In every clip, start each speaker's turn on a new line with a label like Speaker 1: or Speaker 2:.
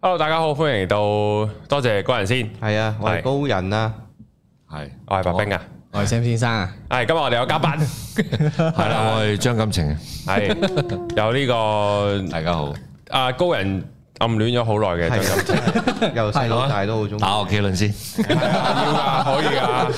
Speaker 1: Hello，大家好，歡迎嚟到，多謝個人先，
Speaker 2: 系啊，我
Speaker 1: 係
Speaker 2: 係高人啊，
Speaker 3: 系，
Speaker 1: 我係白冰啊，
Speaker 4: 我係 Sam 先生
Speaker 3: à?
Speaker 4: 啊，
Speaker 1: 係今日我哋有嘉賓，
Speaker 3: 系啦，我係張感情，
Speaker 1: 係有呢個
Speaker 3: 大家好，
Speaker 1: 啊高人暗戀咗好耐嘅，
Speaker 2: 係
Speaker 1: 就
Speaker 2: 啊，由細到大都好中意，
Speaker 3: 打我
Speaker 2: 咁
Speaker 3: 麒麟先，
Speaker 1: 要啊，可以啊，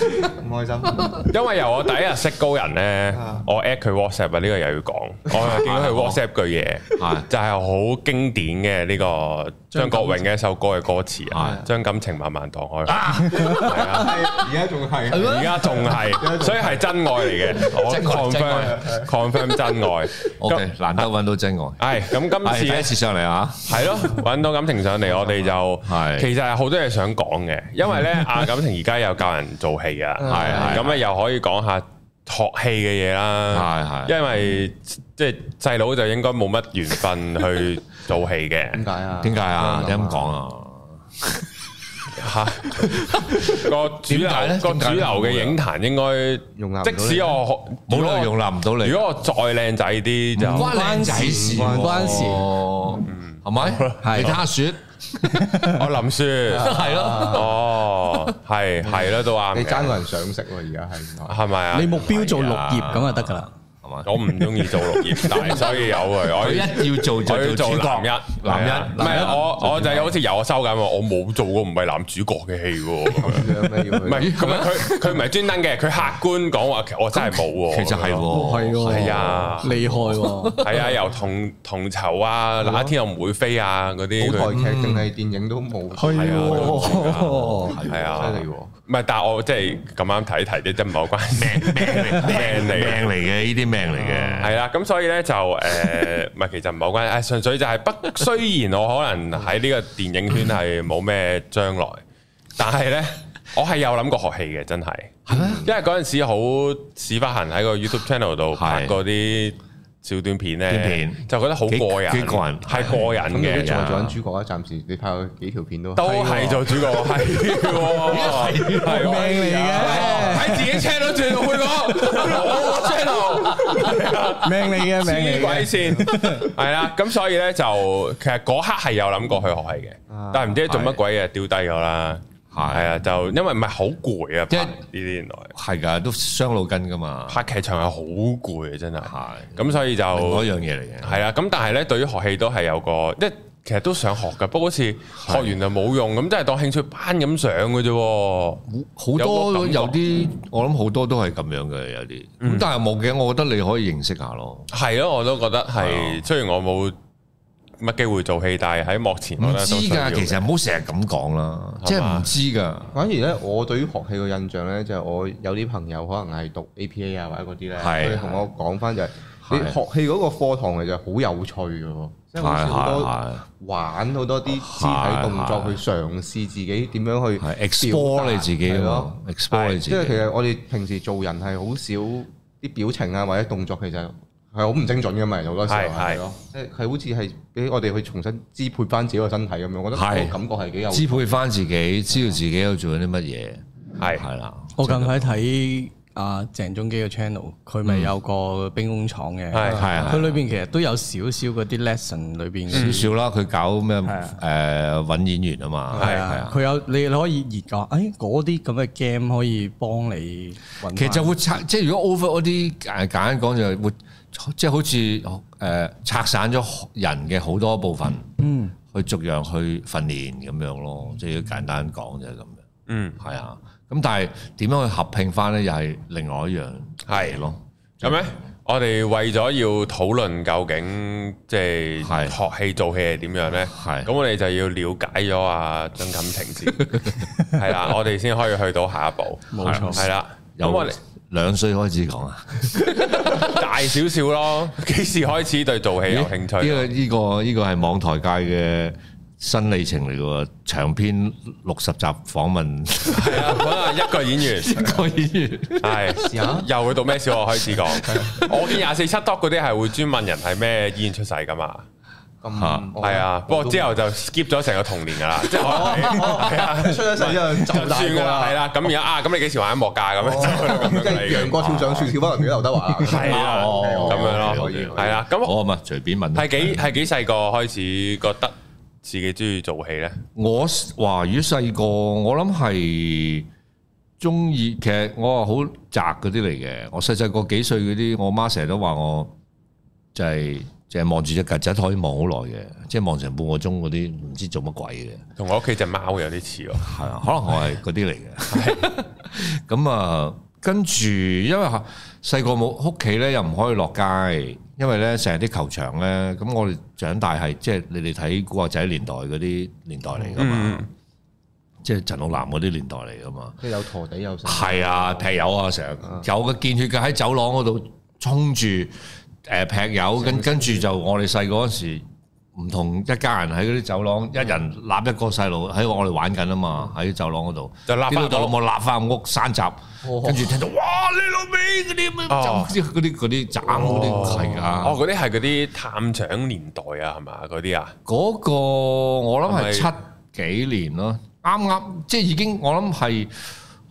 Speaker 2: 開心。
Speaker 1: 因為由我第一日識高人咧
Speaker 2: 啊，
Speaker 1: 我 at 佢 WhatsApp 啊，呢個又要講，我見到佢 WhatsApp 句嘢。
Speaker 3: 係
Speaker 1: 就係好經典嘅呢個張國榮嘅一首歌嘅歌詞啊，將感情慢慢盪開，係啊。
Speaker 2: 而家仲係啊
Speaker 4: 係咩
Speaker 1: 而家仲係，所以係真愛嚟嘅，我
Speaker 3: 真愛真
Speaker 1: confirm
Speaker 3: 愛
Speaker 1: confirm 真愛。
Speaker 3: ，OK，難得揾到真愛，
Speaker 1: 係咁
Speaker 3: 係
Speaker 1: 今次
Speaker 3: 第一
Speaker 1: 咧
Speaker 3: 次上嚟啊，
Speaker 1: 係 咯，揾到感情上嚟，我哋就
Speaker 3: 係嗯
Speaker 1: 其實係好多嘢想講嘅，因為咧阿感情而家又教人做戲啊，
Speaker 3: 係係
Speaker 1: 咁啊又可以講下學戲嘅嘢啦，
Speaker 3: 係係，
Speaker 1: 因為即係細佬就應該冇乜緣分去做戲嘅
Speaker 2: 點解啊？
Speaker 3: 點解
Speaker 2: Dạ,
Speaker 3: 啊？你咁講啊？
Speaker 1: 嚇，個主流
Speaker 3: 點解咧
Speaker 1: 個
Speaker 3: 點解
Speaker 1: 主
Speaker 3: 咧
Speaker 1: 流嘅影壇應該
Speaker 2: 容納唔到
Speaker 1: 即
Speaker 2: 你
Speaker 1: 使我如
Speaker 3: 冇
Speaker 1: 果
Speaker 3: 理
Speaker 1: 我
Speaker 3: 由容納唔到你，
Speaker 1: 如果我再靚仔啲就
Speaker 4: 唔關
Speaker 3: 靚仔事喎，
Speaker 4: 唔關事
Speaker 3: 係咪？你睇下雪，
Speaker 1: 我林雪，
Speaker 3: 係咯，
Speaker 1: 哦，係係啦，都啱
Speaker 2: 你爭
Speaker 1: 嘅，
Speaker 2: 個人賞識喎，而家係
Speaker 1: 係咪啊？
Speaker 4: 你目標做綠葉咁
Speaker 3: 啊
Speaker 4: 就得㗎啦。
Speaker 3: 係咪？
Speaker 1: 我唔中意做綠 葉，但係所以有佢，我
Speaker 3: 佢
Speaker 1: 要
Speaker 3: 一要做
Speaker 1: 我要
Speaker 3: 就
Speaker 1: 做
Speaker 3: 主角
Speaker 1: 男一，
Speaker 3: 男一
Speaker 1: 係啊唔
Speaker 3: 男一
Speaker 1: 係我我就係好似有我收緊喎，我冇做過唔係男主角嘅戲喎。
Speaker 2: 咁樣咩要
Speaker 1: 唔
Speaker 2: 佢？
Speaker 1: 係佢佢佢唔係專登嘅，佢客觀講話，其實我真係冇喎。
Speaker 3: 其實 係喎，
Speaker 4: 係喎，
Speaker 1: 係啊
Speaker 4: 厲害喎！
Speaker 1: 係啊，由同同酬啊，哪一天我唔會飛啊嗰啲，
Speaker 2: 舞
Speaker 1: 佢
Speaker 2: 台劇定係電影都冇，
Speaker 4: 係啊
Speaker 1: 喎
Speaker 4: 喎，
Speaker 1: 係啊
Speaker 2: 犀利喎！
Speaker 1: 唔係，但係我即係咁啱睇睇啫，真唔係我關事。Dạ.
Speaker 3: 命嚟命嚟嘅，呢啲命嚟嘅，
Speaker 1: 係啦，咁所以咧就誒，呃唔係其實唔係好關， 誒純粹就係不。雖然我可能喺呢個電影圈係冇咩將來，但係咧我係有諗過學戲嘅，真係。
Speaker 3: 係咩？
Speaker 1: 因為嗰陣時好屎忽痕喺個 YouTube channel 度拍
Speaker 3: 係
Speaker 1: 嗰啲小短片咧，
Speaker 3: 短片
Speaker 1: 就覺得好過癮，
Speaker 3: 幾幾過癮
Speaker 1: 係過癮
Speaker 2: 咁你都
Speaker 1: 嘅，
Speaker 2: 仲係做緊主角啊？暫時你拍過幾條片都
Speaker 1: 都係做主角，係喎，係喎
Speaker 4: 命嚟嘅
Speaker 1: 喺自己 channel 轉去個我 channel。黐
Speaker 4: 命嚟嘅，命嚟
Speaker 1: 鬼
Speaker 4: 嘅。
Speaker 1: 線，係啦，咁所以咧就其實嗰刻係有諗過去學戲嘅
Speaker 2: 啊，
Speaker 1: 但係唔知做乜鬼嘢丟低咗啦。
Speaker 3: 係
Speaker 1: 係啊，就因為唔係好攰啊，
Speaker 3: 即
Speaker 1: 拍
Speaker 3: 係
Speaker 1: 呢啲原來
Speaker 3: 係㗎，都傷腦筋㗎嘛，
Speaker 1: 拍劇場係好攰啊，真係。
Speaker 3: 係
Speaker 1: 咁所以就
Speaker 3: 另外一
Speaker 1: 係
Speaker 3: 樣嘢嚟嘅。
Speaker 1: 啦，咁但係咧對於學戲都係有個即係其實都想學㗎，不過好似學完就冇用，咁真係當興趣班咁上嘅啫喎。有
Speaker 3: 好
Speaker 1: 個
Speaker 3: 多
Speaker 1: 感覺
Speaker 3: 有啲，我諗好多都係咁樣嘅，有啲。咁但係冇嘅，我覺得你可以認識下咯。
Speaker 1: 係咯，我都覺得係，啊雖然我冇乜機會做戲，但係喺幕前我
Speaker 3: 唔
Speaker 1: 覺得
Speaker 3: 知
Speaker 1: 都需要
Speaker 3: 㗎，
Speaker 1: 嘅
Speaker 3: 其實唔好成日咁講啦，即係唔知㗎。
Speaker 2: 反而咧，我對於學戲嘅印象咧，就係我有啲朋友可能係讀 APA 啊，或者嗰啲咧，
Speaker 3: 係
Speaker 2: 佢哋同我講翻就係你
Speaker 3: 係
Speaker 2: 學戲嗰個課堂其實好有趣嘅喎，即係好似
Speaker 3: 係
Speaker 2: 好多
Speaker 3: 係
Speaker 2: 玩好多啲肢體動作去嘗試自己點樣去
Speaker 3: 係係
Speaker 2: 表達
Speaker 3: explore 你自己
Speaker 1: 啊
Speaker 2: 係
Speaker 3: 㗎
Speaker 2: 咯
Speaker 3: 嘛。，explore 你自
Speaker 2: 即係其
Speaker 3: 己。
Speaker 2: 實我哋平時做人係好少啲表情啊或者動作，其實係好唔精準嘅嘛，有好多時候
Speaker 1: 係係
Speaker 2: 係咯，即係係好似係俾我哋去重新支配翻自己個身體咁樣，我覺得
Speaker 3: 係
Speaker 2: 嗰個感覺係幾有趣
Speaker 3: 支配翻自己，知道自己喺度做緊啲乜嘢，
Speaker 1: 係
Speaker 3: 係啦。
Speaker 4: 我近排睇阿鄭中基嘅 channel，佢咪有個兵工廠嘅，
Speaker 1: 係
Speaker 3: 係係
Speaker 4: 佢裏邊其實都有少少嗰啲 lesson 裏邊
Speaker 3: 少
Speaker 4: 嘅，
Speaker 3: 少啦，佢搞咩
Speaker 4: 啊
Speaker 3: 誒揾演員啊嘛，
Speaker 4: 係啊，佢有你你可以研究，誒嗰啲咁嘅 game 可以幫你揾返。
Speaker 3: 其實會拆，即係如果 over 嗰啲誒簡單講就係會，即係好似誒、呃拆散咗人嘅好多部分，嗯，去逐樣去訓練咁樣咯，即係如果簡單講就係咁樣，
Speaker 1: 嗯。
Speaker 3: 係啊。咁但係點樣去合拼翻咧，又係另外一樣
Speaker 1: 係
Speaker 3: 咯。
Speaker 1: 咁咧，我哋為咗要討論究竟即係
Speaker 3: 係
Speaker 1: 學戲做戲係點樣咧，
Speaker 3: 係
Speaker 1: 咁我哋就要了解咗阿曾感情先，係啦，我哋先可以去到下一步，
Speaker 4: 冇錯
Speaker 1: 係啦。咁我
Speaker 3: 由
Speaker 1: 哋
Speaker 3: 兩歲開始講啊，
Speaker 1: 大少少咯，幾時開始對做戲有興趣？
Speaker 3: 呢個呢個呢個係網台界嘅新里程嚟嘅喎，長篇六十集訪問
Speaker 1: 係啊，可能一個演員
Speaker 3: 個演員。
Speaker 1: 係
Speaker 2: 下
Speaker 1: 由佢讀咩小學開始講。我見廿四七 d 嗰啲係會專問人係咩醫院出世噶嘛。
Speaker 2: 咁
Speaker 3: 嚇
Speaker 2: 哦我
Speaker 1: 係啊，不過
Speaker 2: 都
Speaker 1: 之後就 skip 咗成個童年㗎啦，即係可能係係啊，
Speaker 2: 出咗世之後 就
Speaker 1: 就
Speaker 2: 大
Speaker 1: 算
Speaker 2: 個
Speaker 1: 㗎
Speaker 2: 啦
Speaker 1: 啦，係啦。咁而家啊，咁你幾時玩音樂㗎？咁樣就去到咁樣
Speaker 2: 即
Speaker 1: 㗎啦已
Speaker 2: 係
Speaker 1: 經
Speaker 2: 楊過跳上樹，跳翻嚟俾劉德華啦。
Speaker 1: 係啦，
Speaker 2: 哦
Speaker 1: 咁樣
Speaker 2: 可以
Speaker 3: 哦
Speaker 1: 咯，係啦。咁啊
Speaker 3: 我咪隨便問啦。
Speaker 1: 係幾係幾細個開始覺得自己中意做戲咧？
Speaker 3: 我哇！如果細個，我諗係中意，其實我係好宅嗰啲嚟嘅。我細細個幾歲嗰啲，我媽成日都話我就係就係望住只曱甴可以望好耐嘅，即係望成半個鐘嗰啲，唔知做乜鬼嘅。
Speaker 1: 同我屋企只貓有啲似喎。
Speaker 3: 係啊，可能我係嗰啲嚟嘅。 咁啊，跟住因為細個冇屋企咧，又唔可以落街，因為咧成日啲球場咧，咁我哋長大係即係你哋睇古惑仔年代嗰啲年代嚟噶嘛，
Speaker 1: 嗯
Speaker 3: 即係陳浩南嗰啲年代嚟噶嘛。
Speaker 2: 即係有陀地有成。
Speaker 3: 係啊，劈友啊，成日有嘅見血嘅喺走廊嗰度衝住誒劈友，跟跟住就我哋細個嗰時唔同一家人喺嗰啲走廊，一人立一個細路喺我哋玩緊啊嘛，喺走廊嗰度
Speaker 1: 就立
Speaker 3: 啲
Speaker 1: 返
Speaker 3: 老豆老母立翻屋山閘，跟住聽到哇你老味嗰啲咩
Speaker 1: 哦
Speaker 3: 就嗰啲嗰啲斬嗰啲係
Speaker 1: 哦，
Speaker 3: 啊，
Speaker 1: 嗰啲係嗰啲探長年代啊，係嘛？嗰啲啊，
Speaker 3: 嗰個我諗
Speaker 1: 係咪
Speaker 3: 係七幾年咯，啱啱即係已經我諗係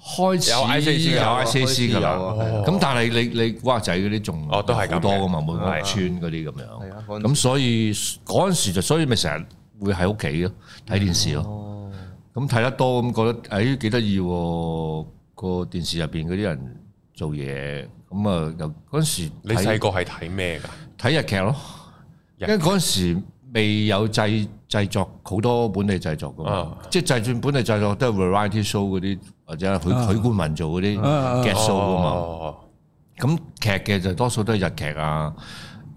Speaker 3: 開始
Speaker 1: 有啊 ICAC 㗎
Speaker 3: 有
Speaker 1: 啦
Speaker 3: ICAC 㗎啦。
Speaker 1: 哦
Speaker 3: 咁但係你你瓜仔嗰啲仲
Speaker 1: 哦都係咁嘅
Speaker 3: 好多噶嘛，每個
Speaker 1: 係啊
Speaker 3: 村嗰啲咁
Speaker 2: 係啊
Speaker 3: 樣。
Speaker 2: 嗰陣時
Speaker 3: 咁所以嗰陣時就所以咪成日會喺屋企咯，睇電視咯。
Speaker 2: 哦
Speaker 3: 咁睇得多咁覺得誒幾得意喎，個電視入邊嗰啲人做嘢，咁啊又嗰陣時
Speaker 1: 你
Speaker 3: 睇
Speaker 1: 細個係睇咩㗎？
Speaker 3: 睇日劇咯，
Speaker 1: 日
Speaker 3: 因
Speaker 1: 劇
Speaker 3: 為嗰陣時未有製製作好多本地製作噶嘛
Speaker 1: 啊，
Speaker 3: 即係製作本地製作都係 variety show 嗰啲或者係
Speaker 4: 啊
Speaker 3: 許許冠文做嗰啲
Speaker 4: 啊啊啊
Speaker 3: get show 啊嘛。
Speaker 1: 哦，
Speaker 3: 咁劇嘅就多數都係日劇啊，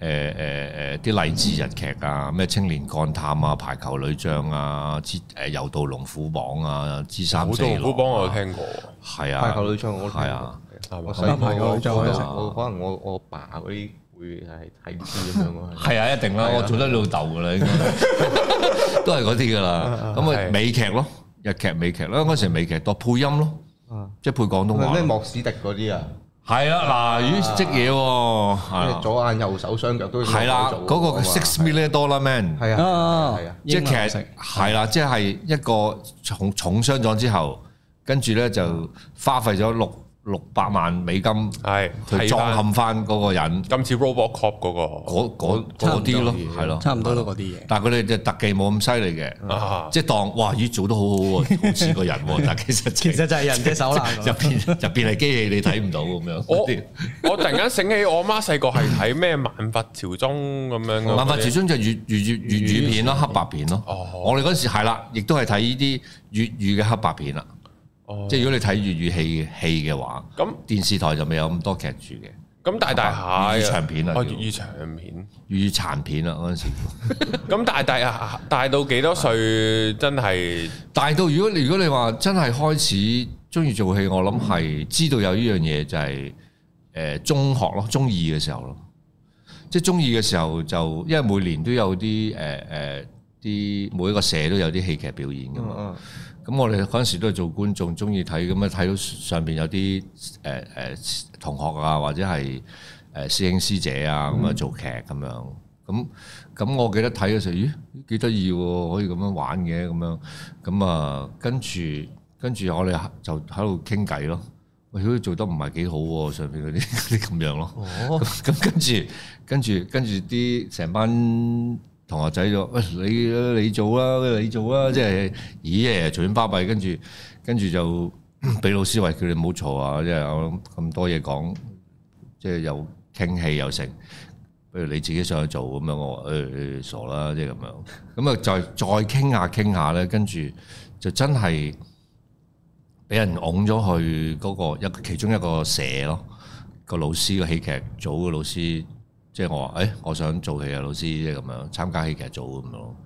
Speaker 3: 誒誒誒啲勵志日劇啊，咩青年幹探啊、排球女將啊、之誒柔道龍虎榜啊、之三
Speaker 1: 好
Speaker 3: 四
Speaker 1: 多
Speaker 3: 郎
Speaker 1: 好幫我
Speaker 3: 啊，
Speaker 1: 聽過喎，
Speaker 3: 係
Speaker 2: 排
Speaker 3: 啊，
Speaker 2: 球女將我
Speaker 3: 係啊，
Speaker 1: 係
Speaker 2: 我
Speaker 1: 嘛？
Speaker 2: 細
Speaker 4: 排球女
Speaker 2: 個
Speaker 4: 將
Speaker 2: 我
Speaker 4: 係
Speaker 3: 啊
Speaker 2: 我可能我我爸嗰啲會係睇書咁樣咯。 係
Speaker 3: 係啊，一定啦，我做得老豆噶啦，應該 都係嗰啲噶啦。咁啊
Speaker 1: 係，
Speaker 3: 美劇咯，日劇美劇啦，嗰時美劇多配音咯，
Speaker 2: 啊
Speaker 3: 即係配廣東
Speaker 2: 咪咩
Speaker 3: 話咯。
Speaker 2: 莫史迪嗰啲啊，
Speaker 3: 係啦，嗱，咦，識嘢喎，係
Speaker 2: 咩
Speaker 3: 啊
Speaker 2: 左眼右手雙腳都
Speaker 3: 係啦，嗰個 Six Million Dollar Man。
Speaker 2: 啊係啊係啊，
Speaker 3: 即係其
Speaker 4: 英文
Speaker 3: 實係啦，即係一個重重傷咗之後，跟住咧就花費咗六六百萬美金
Speaker 1: 係
Speaker 3: 去
Speaker 1: 睇
Speaker 3: 裝
Speaker 1: 返
Speaker 3: 冚翻嗰個人，
Speaker 1: 今次 RoboCop 嗰
Speaker 3: 嗰嗰
Speaker 4: 差
Speaker 3: 嗰
Speaker 4: 唔多
Speaker 3: 啲咯，係咯。
Speaker 4: 差唔多都嗰啲嘢。
Speaker 3: 但係佢哋嘅特技冇咁犀利嘅，
Speaker 1: 個啊，
Speaker 3: 即係當哇咦做得好好喎，好似個人喎，但係其實
Speaker 4: 其實啊就係人隻手啦。
Speaker 3: 入邊入邊係機器，你睇唔到咁樣
Speaker 1: 我
Speaker 3: 嗰啲。
Speaker 1: 我突然間醒起，我媽細個係睇咩《萬佛朝宗》咁樣嘅。
Speaker 3: 哦萬法朝宗就係粵粵粵粵語片咯，黑白片咯。
Speaker 1: 哦
Speaker 3: 我哋嗰時係啦，亦都係睇呢啲粵語嘅黑白片啦。
Speaker 1: 哦
Speaker 3: 即係如果你睇粵語戲戲嘅話，
Speaker 1: 咁
Speaker 3: 電視台就未有咁多劇住嘅，
Speaker 1: 咁大大下
Speaker 3: 粵語長片啊
Speaker 1: 哦
Speaker 3: 叫
Speaker 1: 粵語長片。
Speaker 3: 粵語殘片啦嗰陣時。
Speaker 1: 咁大大下大到幾多歲真係
Speaker 3: 大到如果你如果你話真係開始中意做戲，我諗係
Speaker 2: 嗯
Speaker 3: 知道有呢樣嘢就係、誒、中學咯，中二嘅時候咯，即係中二嘅時候就因為每年都有啲誒誒啲每一個社都有啲戲劇表演噶嘛。
Speaker 2: 嗯
Speaker 3: 咁我哋嗰陣時都係做觀眾，中意睇咁啊，睇到上邊有啲誒誒同學啊，或者係誒師兄師姐啊，
Speaker 2: 嗯
Speaker 3: 咁啊做劇咁樣。咁咁我記得睇嘅時候，咦幾得意喎，可以咁樣玩嘅咁樣。咁啊，跟住跟住我哋就喺度傾偈咯。喂，好似做得唔係幾好喎，上邊嗰啲 嗰啲咁樣咯。
Speaker 2: 哦
Speaker 3: 咁咁跟住，跟住，跟住啲成班同學仔就喂你你做啦，你做啦，即係咦誒隨便巴閉，跟住跟住就 俾老師話叫你唔好嘈啊，即係我諗咁多嘢講，即係又傾氣又成，不如你自己上去做咁樣，我話誒、誒傻啦，即係咁樣，咁啊再再傾下傾下咧，跟住就真係俾人拱咗去嗰、個一其中一個社咯。個老師個戲劇組嘅老師，即係我話，誒、我想做戲啊，老師，即係咁樣參加戲劇組咁樣咯。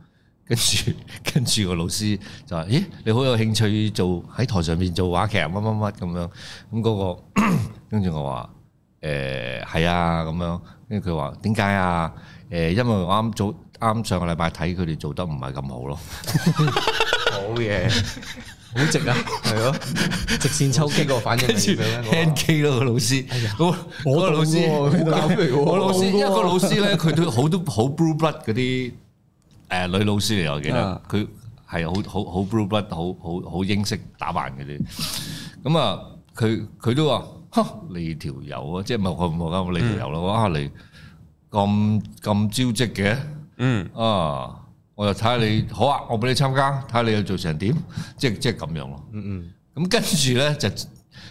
Speaker 3: 跟住 跟住個老師就話，咦，你好有興趣做喺台上面做話劇乜乜乜咁樣。咁嗰、個 跟住我話，誒、係啊咁樣。跟住佢話點解啊？誒、因為我啱早啱上個禮拜睇佢哋做得唔係咁好咯。
Speaker 2: 好嘢，
Speaker 4: 好直啊，
Speaker 2: 係咯，
Speaker 4: 直線抽
Speaker 2: 抽機
Speaker 4: 擊
Speaker 2: 個反應嚟嘅 咩
Speaker 3: N K 咯個老師，嗰嗰個老師。
Speaker 2: 好搞嚟喎，
Speaker 3: 我老師，因為個老
Speaker 2: 師
Speaker 3: 師咧，佢都好多好 blue blood 嗰啲誒女老師嚟，我記
Speaker 4: 啊
Speaker 3: 得佢係好好好 blue blood，好好好英式打扮嗰啲。咁啊，佢佢都話：，嚇你條友啊，即係唔係我唔係講我
Speaker 2: 嗯
Speaker 3: 你條友咯，哇你咁咁招積嘅
Speaker 1: 嗯
Speaker 3: 啊！我就睇下你好啊，我俾你參加，睇下你要做成點，即係即係咁樣咯。
Speaker 2: 嗯嗯，
Speaker 3: 咁跟住咧就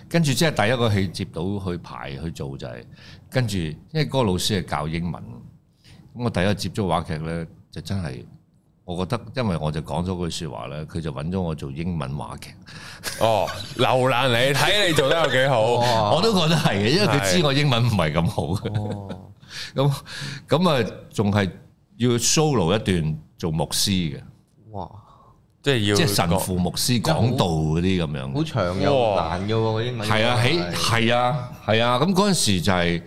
Speaker 3: 跟住即係第一個戲接到去排去做就係、跟住，因為嗰個老師係教英文，咁我第一個接觸話劇咧就真係。我覺得，因為我就講咗句説話咧，佢就揾咗我做英文話劇，
Speaker 1: 哦， 流難你睇你做得有幾好，
Speaker 2: 哇，
Speaker 3: 我都覺得係嘅，因為佢知
Speaker 1: 係
Speaker 3: 我英文唔係咁好嘅。
Speaker 2: 哦，
Speaker 3: 咁咁啊，仲係要 solo 一段做牧師嘅，
Speaker 2: 哇，
Speaker 1: 即係要
Speaker 3: 即係神父牧師講道嗰啲咁樣。
Speaker 2: 好長又
Speaker 1: 哇
Speaker 2: 難嘅喎個英文，
Speaker 3: 係啊，喺係啊，係啊。咁嗰陣時就係、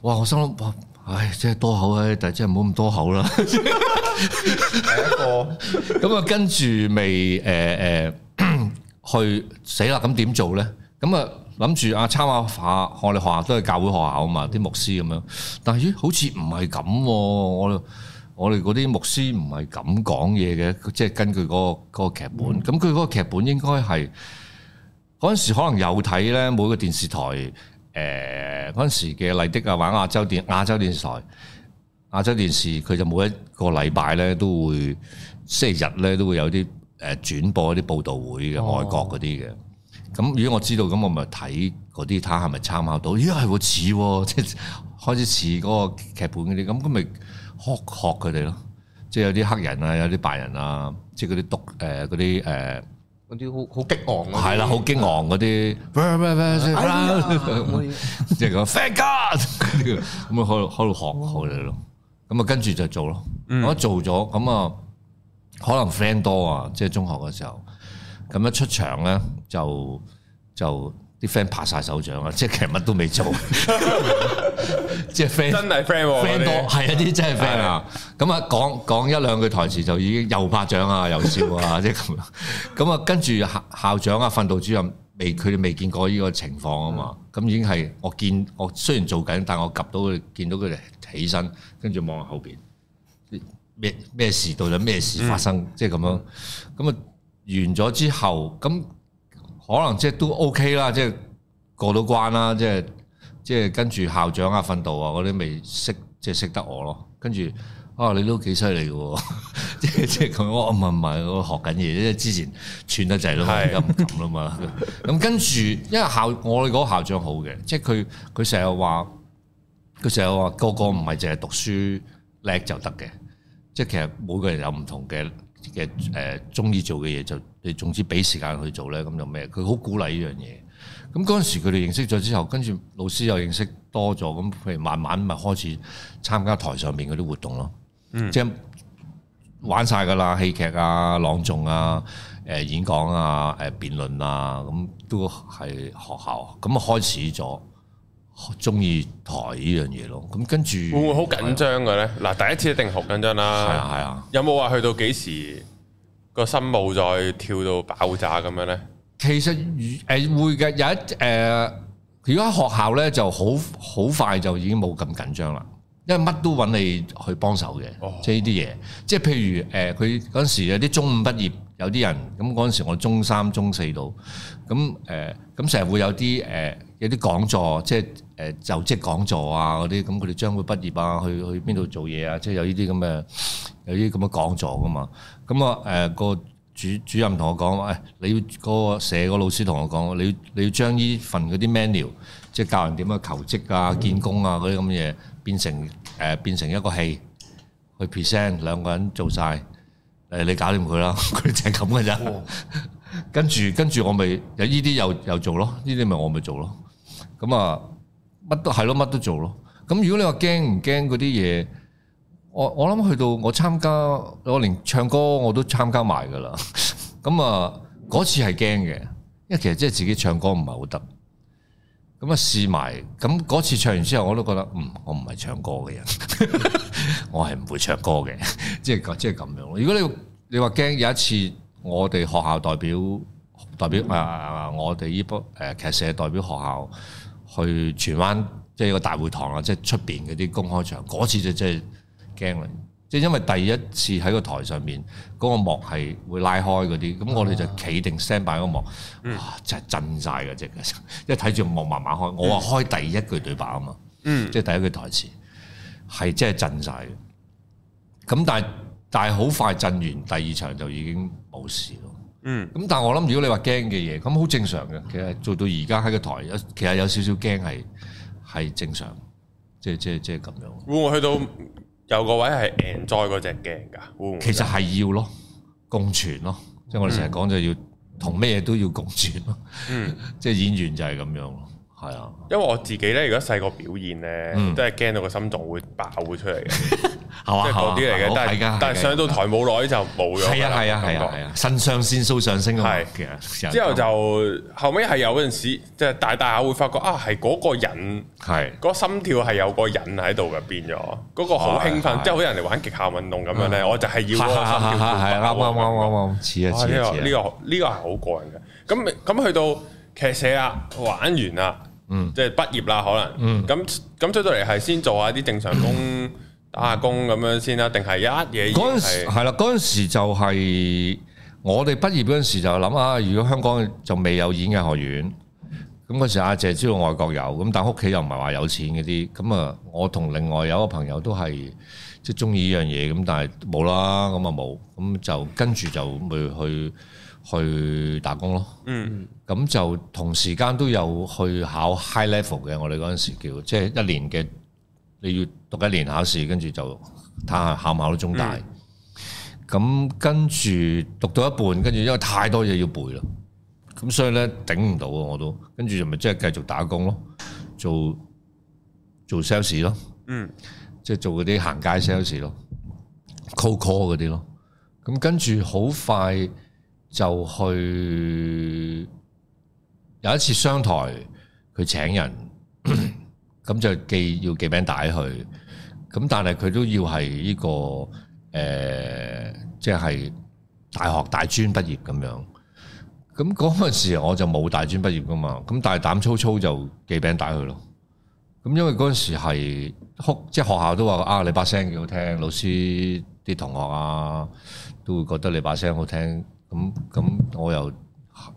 Speaker 3: 哇！我心諗哇，唉，真係多口啊，但係真係唔好咁多口啦。
Speaker 2: 係一個
Speaker 3: 咁啊，跟住咪誒誒呃去死啦！咁點做咧？咁啊，諗住啊參考下我哋學校都係教會學校啊嘛，啲牧師咁樣。但係咦，好似唔係咁喎！我哋我哋嗰啲牧師唔係咁講嘢嘅，即係根據嗰、個嗰、個劇本。咁佢嗰個劇本應該係嗰陣時可能有睇咧，每個電視台誒嗰陣時嘅麗的啊，玩亞洲電亞洲電視台。亞洲電視佢就每一個禮拜咧都會星期日咧都會有啲誒轉播一啲報道會嘅、外國嗰啲嘅。咁如果我知道咁，我咪睇嗰啲睇下係咪參考到？咦係喎似喎， 即係開始似嗰個劇本嗰啲，咁咁咪學學佢哋咯。即係有啲黑人啊，有啲白人啊，即係嗰啲毒誒嗰啲誒
Speaker 2: 嗰啲好好激昂啊，
Speaker 3: 係啦，好激昂嗰啲。 哎即係講 thank God 咁啊，開開度學學嚟咯。咁啊，跟住就做咯。
Speaker 2: 嗯
Speaker 3: 我一做咗咁啊，可能 friend 多啊，即係中學嘅時候。咁一出場咧，就就啲 friend 拍晒手掌啊！即係其實乜都 未做，即係 friend
Speaker 1: 真係 friend 喎
Speaker 3: friend 多
Speaker 1: 嗰啲
Speaker 3: 係啊啲真係 friend 啊！咁啊講講一兩句台詞就已經又拍掌啊又笑 啊即係咁樣。咁啊跟住校校長啊訓導主任未佢哋未見過呢個情況啊嘛，
Speaker 1: 嗯
Speaker 3: 咁已經係我見我雖然做緊，但我及到佢哋見到佢哋起身，跟住望下後邊。咩咩事到底咩事發生，
Speaker 1: 嗯
Speaker 3: 即係咁樣。咁啊完咗之後，咁可能即係都 OK 啦，即係過到關啦，即係即係跟住校長啊、訓導啊嗰啲咪識即係識得我咯。跟住啊，你都幾犀利嘅喎， 即係即係咁。我話唔係唔係，我學緊嘢，即係之前串得滯咯，
Speaker 1: 係
Speaker 3: 而家唔敢啦嘛。咁跟住，因為校我哋嗰個校長好嘅，即係佢佢成日話。佢成日話個個唔係淨係讀書叻就得嘅，即係其實每個人有唔同嘅嘅誒中意做嘅嘢，就你總之俾時間去做咧，咁就咩？佢好鼓勵呢樣嘢。咁嗰陣時佢哋認識咗之後，跟住老師又認識多咗，咁佢哋慢慢咪開始參加台上面嗰啲活動咯。
Speaker 1: 嗯
Speaker 3: 即係玩晒㗎啦，戲劇啊、朗誦啊、誒、演講啊、誒、辯論啊，咁都係學校咁啊開始咗。中意台呢樣嘢咯，咁跟住
Speaker 1: 會唔會好緊張嘅咧？嗱，第一次一定好緊張
Speaker 3: 係
Speaker 1: 啦。
Speaker 3: 啊係啊，
Speaker 1: 有冇話去到幾時個心冇再跳到爆炸咁樣咧？
Speaker 3: 其實誒、呃、會嘅有一誒、呃如果喺學校咧就好好快就已經冇咁緊張啦，因為乜都揾你去幫手嘅，
Speaker 1: 哦
Speaker 3: 即係呢啲嘢，即係譬如誒佢嗰陣時有啲中五畢業，有啲人咁嗰陣時我中三中四度，咁誒咁成日會有啲誒、呃有啲講座，即係誒、呃就職講座啊嗰啲，咁佢哋將會畢業啊，去去邊度做嘢啊，即係有呢啲咁嘅有啲咁嘅講座噶嘛，咁啊誒個。主主任同我講，誒、你要嗰個社個老師同我講，你要你要將呢份嗰啲 menu，即係教人點樣求職啊、見工啊嗰啲咁嘅嘢，變成誒、呃、變成一個戲去 present，兩個人做晒。誒你搞掂佢啦， 佢就係咁嘅咋。 跟住跟住我咪有呢啲又又做咯，呢啲咪我咪做咯。咁啊，乜都係咯，乜都做咯。咁如果你話驚唔驚嗰啲嘢？我我諗去到我參加，我連唱歌我都參加埋㗎啦。 咁啊，嗰次係驚嘅，因為其實即係自己唱歌唔係好得。咁啊試埋，咁嗰次唱完之後，我都覺得嗯，我唔係唱歌嘅人， 我係唔會唱歌嘅， 即係即係咁樣咯。如果你你話驚有一次我哋學校代表代表啊、我哋依波誒劇社代表學校去荃灣，即係個大會堂啊，即係出邊嗰啲公開場，嗰次就真係驚啦。即係因為第一次喺個台上面嗰、個幕係會拉開嗰啲，咁我哋就企定 stand by 嗰個幕，哇！真係震晒嘅隻 腳，因為睇住個幕慢慢開。我話開第一句對白啊嘛，
Speaker 1: 嗯，
Speaker 3: 即係第一句台詞係真係震晒嘅。咁但係但係好快震完第二場就已經冇事咯。
Speaker 1: 嗯，
Speaker 3: 咁但係我諗，如果你話驚嘅嘢，咁好正常嘅。其實做到而家喺個台，有其實有少少驚係係正常，即係即係即係咁樣。
Speaker 1: 會唔會去到有個位係 enjoy 嗰只鏡㗎？會唔會
Speaker 3: 其實係要咯，共存咯，即係我哋成日講就要同咩嘢都要共存咯。
Speaker 1: 嗯，
Speaker 3: 即係演員就係咁樣咯，係啊。
Speaker 1: 因為我自己咧，如果細個表現咧，
Speaker 3: 嗯
Speaker 1: 都係驚到個心臟會爆出嚟嘅，即
Speaker 3: 係嘛
Speaker 1: 係嗰啲嚟嘅。但
Speaker 3: 係
Speaker 1: 係但係上到台冇耐就冇咗㗎啦。
Speaker 3: 係啊係啊係
Speaker 1: 感
Speaker 3: 啊
Speaker 1: 覺
Speaker 3: 係啊，腎上腺素上升啊嘛
Speaker 1: 係，
Speaker 3: 其實
Speaker 1: 之後就後尾係有嗰陣時，即係大大下會發覺啊，係嗰個人
Speaker 3: 係
Speaker 1: 嗰個心跳係有個人喺度嘅，變咗嗰個好興奮，即係好似人哋玩極限運動咁樣咧，我就係要嗰個心跳
Speaker 3: 係
Speaker 1: 跳
Speaker 3: 啱
Speaker 1: 爆
Speaker 3: 啱啱啱啱，似啊
Speaker 1: 哇！呢
Speaker 3: 似啊
Speaker 1: 個呢
Speaker 3: 似啊，
Speaker 1: 個呢個係好過癮嘅。咁咁去到劇社啊，玩完啦，
Speaker 3: 嗯
Speaker 1: 即係畢業啦，可能咁咁出到嚟係先做下啲正常工，打下工咁樣先啦，定係一嘢已經
Speaker 3: 嗰陣時
Speaker 1: 係
Speaker 3: 係啦，嗰陣時就係我哋畢業嗰陣時就諗啊，如果香港就未有演藝學院。咁嗰時阿姐知道外國有，咁但屋企又唔係話有錢嗰啲，咁啊，我同另外有一個朋友都係即係中意呢樣嘢，咁但係冇啦，咁啊冇，咁就跟住就咪去去打工咯。
Speaker 1: 嗯，
Speaker 3: 咁就同時間都有去考 high level 嘅，我哋嗰陣時叫即係一年嘅，你要讀一年考試，跟住就睇下考唔考到中大。咁、跟住讀到一半，跟住因為太多嘢要背啦，咁所以咧頂唔到啊我都，跟住就咪即係繼續打工咯，做做 sales 咯，
Speaker 1: 嗯，
Speaker 3: 即係做嗰啲行街 sales 咯，cold call 嗰啲咯。咁跟住好快就去有一次商台佢請人，咁就寄要寄餅帶去，咁但係佢都要係呢、個誒、呃即係大學大專畢業咁樣。咁嗰陣時我就冇大專畢業噶嘛，咁但係膽粗粗就寄餅帶去咯。咁因為嗰陣時係哭，即係學校都話啊，你把聲幾好聽，老師啲同學啊都會覺得你把聲好聽。咁咁我又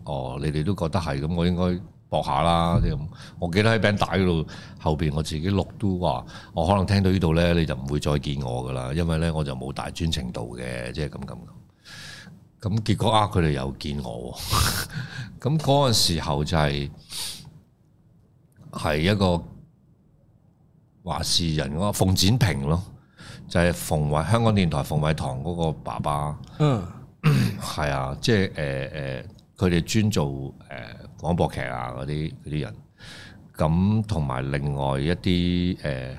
Speaker 3: 哦，你哋都覺得係咁，我應該搏下啦。即係咁，我記得喺 band 帶嗰度後邊，我自己錄都話，我可能聽到呢度咧，你就唔會再見我噶啦，因為咧我就冇大專程度嘅，即係咁咁咁。咁結果啊，佢哋又見我喎。 咁嗰陣時候就係、係一個話事人嗰個馮展平咯，就係、馮偉香港電台馮偉堂嗰個爸爸，
Speaker 4: 嗯，
Speaker 3: 係啊，即係誒誒，呃佢、哋專做誒、呃、廣播劇啊嗰啲嗰啲人，咁同埋另外一啲誒、呃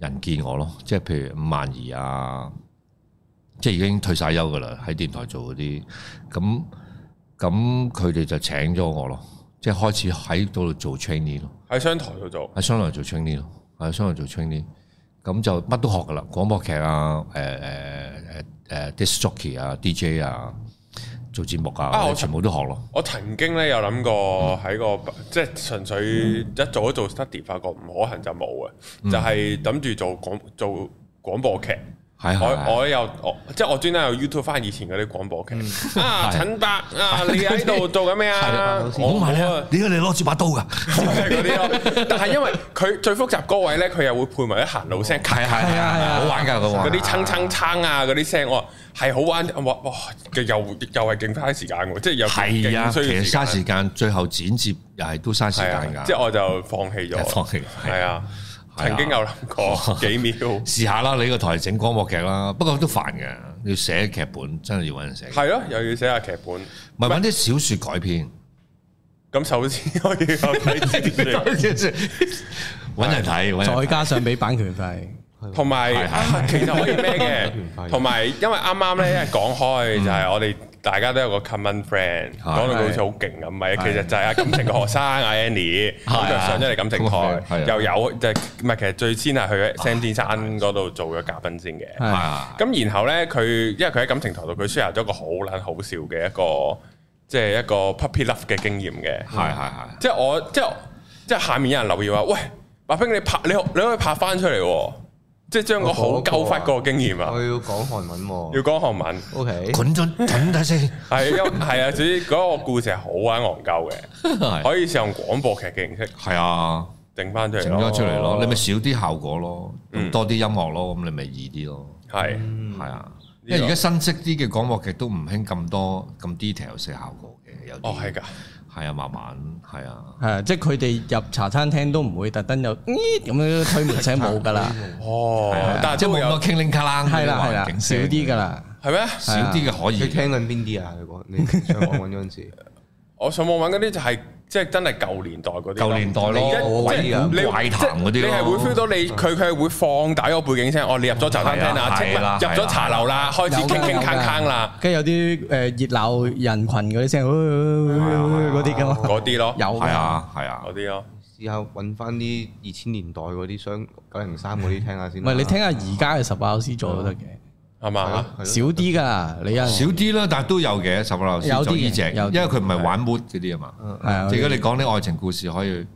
Speaker 3: 人見我咯，即係譬如伍萬儀啊，即係已經退晒休噶啦，喺電台做嗰啲，咁咁佢哋就請咗我咯，即係開始喺嗰度做 trainee 咯。
Speaker 1: 喺商台度做，
Speaker 3: 喺商台做 training 咯，喺商台做 training，咁就乜都學噶啦，廣播劇啊，誒誒誒誒 disc jockey 啊，DJ 啊，做節目啊，
Speaker 1: 啊
Speaker 3: 我
Speaker 1: 我
Speaker 3: 哋全部都學咯。
Speaker 1: 我曾經咧有諗過喺個即係純粹一做一做 study 發覺唔可行就冇啊，
Speaker 3: 嗯
Speaker 1: 就係諗住做廣做廣播劇。
Speaker 3: 係係
Speaker 1: 我
Speaker 3: 係
Speaker 1: 我有我即係我專登有 YouTube 翻以前嗰啲廣播劇
Speaker 3: 嗯
Speaker 1: 啊，陳伯啊，你喺度做緊咩 啊？
Speaker 3: 好
Speaker 1: 我
Speaker 3: 埋你
Speaker 1: 我
Speaker 3: 啊！點解你攞住把刀㗎？
Speaker 1: 嗰啲咯，但係因為佢最複雜嗰位咧，佢又會配埋啲行路聲，咔
Speaker 3: 係係係
Speaker 4: 啊係
Speaker 3: 係，
Speaker 4: 啊
Speaker 3: 好玩㗎佢
Speaker 1: 嗰
Speaker 3: 玩
Speaker 1: 啲撐撐撐啊嗰啲聲，我話係好玩，我話哇又又係勁嘥時間喎，即係又
Speaker 3: 係啊，
Speaker 1: 勁
Speaker 3: 其
Speaker 1: 需要
Speaker 3: 實
Speaker 1: 時
Speaker 3: 嘥
Speaker 1: 間
Speaker 3: 時間，最後剪接又係都嘥時
Speaker 1: 係
Speaker 3: 間
Speaker 1: 啊，
Speaker 3: 㗎。
Speaker 1: 即係我就放棄咗，
Speaker 3: 放
Speaker 1: 係
Speaker 3: 棄
Speaker 1: 啊，
Speaker 3: 係啊
Speaker 1: 曾經有諗 過幾秒，
Speaker 3: 試下啦，你個台整廣播劇啦，不過都煩嘅，要寫劇本，真係要揾人寫，
Speaker 1: 係咯，又要寫下劇本。
Speaker 3: 咪揾啲小説 改編。
Speaker 1: 咁首先我要有睇資料
Speaker 3: 揾人睇，揾人
Speaker 4: 嗯 再
Speaker 3: 睇
Speaker 4: 加上俾版權費，
Speaker 1: 同埋
Speaker 3: 係係
Speaker 1: 啊其實可以咩
Speaker 2: 係
Speaker 1: 嘅，同埋因為啱啱咧講
Speaker 3: 嗯
Speaker 1: 開就係我哋大家都有個 common friend，講到佢好似好勁咁，咪其實就係阿感情嘅學生阿 Annie，咁就上咗嚟感情
Speaker 3: 啊係
Speaker 1: 台
Speaker 3: 啊，
Speaker 1: 又有就係唔係其實最先係去咗 Sandy 山嗰度做咗嘉賓先嘅。
Speaker 4: 係
Speaker 3: 啊！
Speaker 1: 咁然後咧，佢因為佢喺感情台度，佢 share 咗個好撚好笑嘅一個，即係一個 puppy love 嘅經驗嘅。
Speaker 3: 係係係，
Speaker 1: 即係我即係即係下面有人留言話：，喂，白冰你拍你可你可以拍翻出嚟喎，即係將個好
Speaker 3: 啊
Speaker 1: 鳩忽嗰個經驗
Speaker 2: 我
Speaker 1: 啊，
Speaker 2: 要講韓文
Speaker 1: 要
Speaker 2: 喎。
Speaker 1: 講韓文
Speaker 2: O K，
Speaker 3: 滾咗滾睇先，
Speaker 1: 係因係啊，總之嗰個故事係好玩戇鳩嘅，
Speaker 3: 係
Speaker 1: 可以試用廣播劇嘅形式
Speaker 3: 係啊，
Speaker 1: 整翻出嚟
Speaker 3: 整
Speaker 1: 咯，
Speaker 3: 咗出嚟
Speaker 1: 啊嗯
Speaker 3: 咯，你咪少啲效果咯，多啲音樂咯，咁你咪易啲咯，
Speaker 1: 係
Speaker 3: 係啊，因為而家新式啲嘅廣播劇都唔興咁多咁 detail 嘅效果嘅，有啲
Speaker 1: 哦係㗎，
Speaker 3: 係啊，慢慢係啊，
Speaker 4: 係啊，即係佢哋入茶餐廳都唔會特登有咦咁樣推門聲冇㗎啦，
Speaker 1: 哦，但係
Speaker 3: 即
Speaker 1: 都
Speaker 3: 係冇
Speaker 1: 會
Speaker 3: 咁
Speaker 1: 有
Speaker 3: 多 k i n g 卡啦，
Speaker 4: 係啦係
Speaker 3: 環
Speaker 4: 啦，
Speaker 3: 境
Speaker 4: 少
Speaker 3: 聲
Speaker 4: 啲啊㗎啦。
Speaker 1: 係咩？
Speaker 3: 少啲嘅可
Speaker 2: 你
Speaker 3: 以。
Speaker 2: 聽緊邊啲啊？你講你上網揾嗰陣時，
Speaker 1: 我上網揾嗰啲就係即係真係舊年代嗰啲咯，
Speaker 3: 舊年代咯
Speaker 1: 而家
Speaker 3: 我
Speaker 1: 即係
Speaker 2: 揾
Speaker 1: 你
Speaker 3: 怪談
Speaker 1: 即係
Speaker 3: 嗰啲咯
Speaker 1: 你係會 feel 到你佢佢係會放大個背景聲，哦，你入咗茶餐廳啦，即
Speaker 3: 係啦
Speaker 1: 係入咗茶樓啦，開始
Speaker 4: 有
Speaker 1: 傾
Speaker 4: 㗎
Speaker 1: 傾
Speaker 4: 有㗎
Speaker 1: 坑坑啦，
Speaker 4: 跟住有啲誒熱鬧人群嗰啲聲，嗰啲噶嘛，
Speaker 1: 嗰啲咯，
Speaker 4: 有㗎
Speaker 3: 係，啊，
Speaker 1: 哦
Speaker 3: 係啊
Speaker 1: 嗰，啲咯，
Speaker 2: 試下揾翻啲二千年代嗰啲雙九零三嗰啲聽下先
Speaker 4: 唔
Speaker 2: 啦。
Speaker 4: 係你聽下而家嘅十八老師做都得嘅，
Speaker 1: 係
Speaker 2: 係咯
Speaker 1: 嘛？
Speaker 2: 係咯
Speaker 4: 少啲㗎，你有
Speaker 3: 少
Speaker 4: 少
Speaker 3: 啲啦，但係都有嘅。十個老
Speaker 4: 有
Speaker 3: 師
Speaker 4: 啲
Speaker 3: 就呢
Speaker 4: 嘅
Speaker 3: 只，
Speaker 4: 有啲
Speaker 3: 因為佢唔係玩 mood 嗰啲啊嘛。
Speaker 4: 係啊
Speaker 3: 即係如果你講啲愛情故事，可以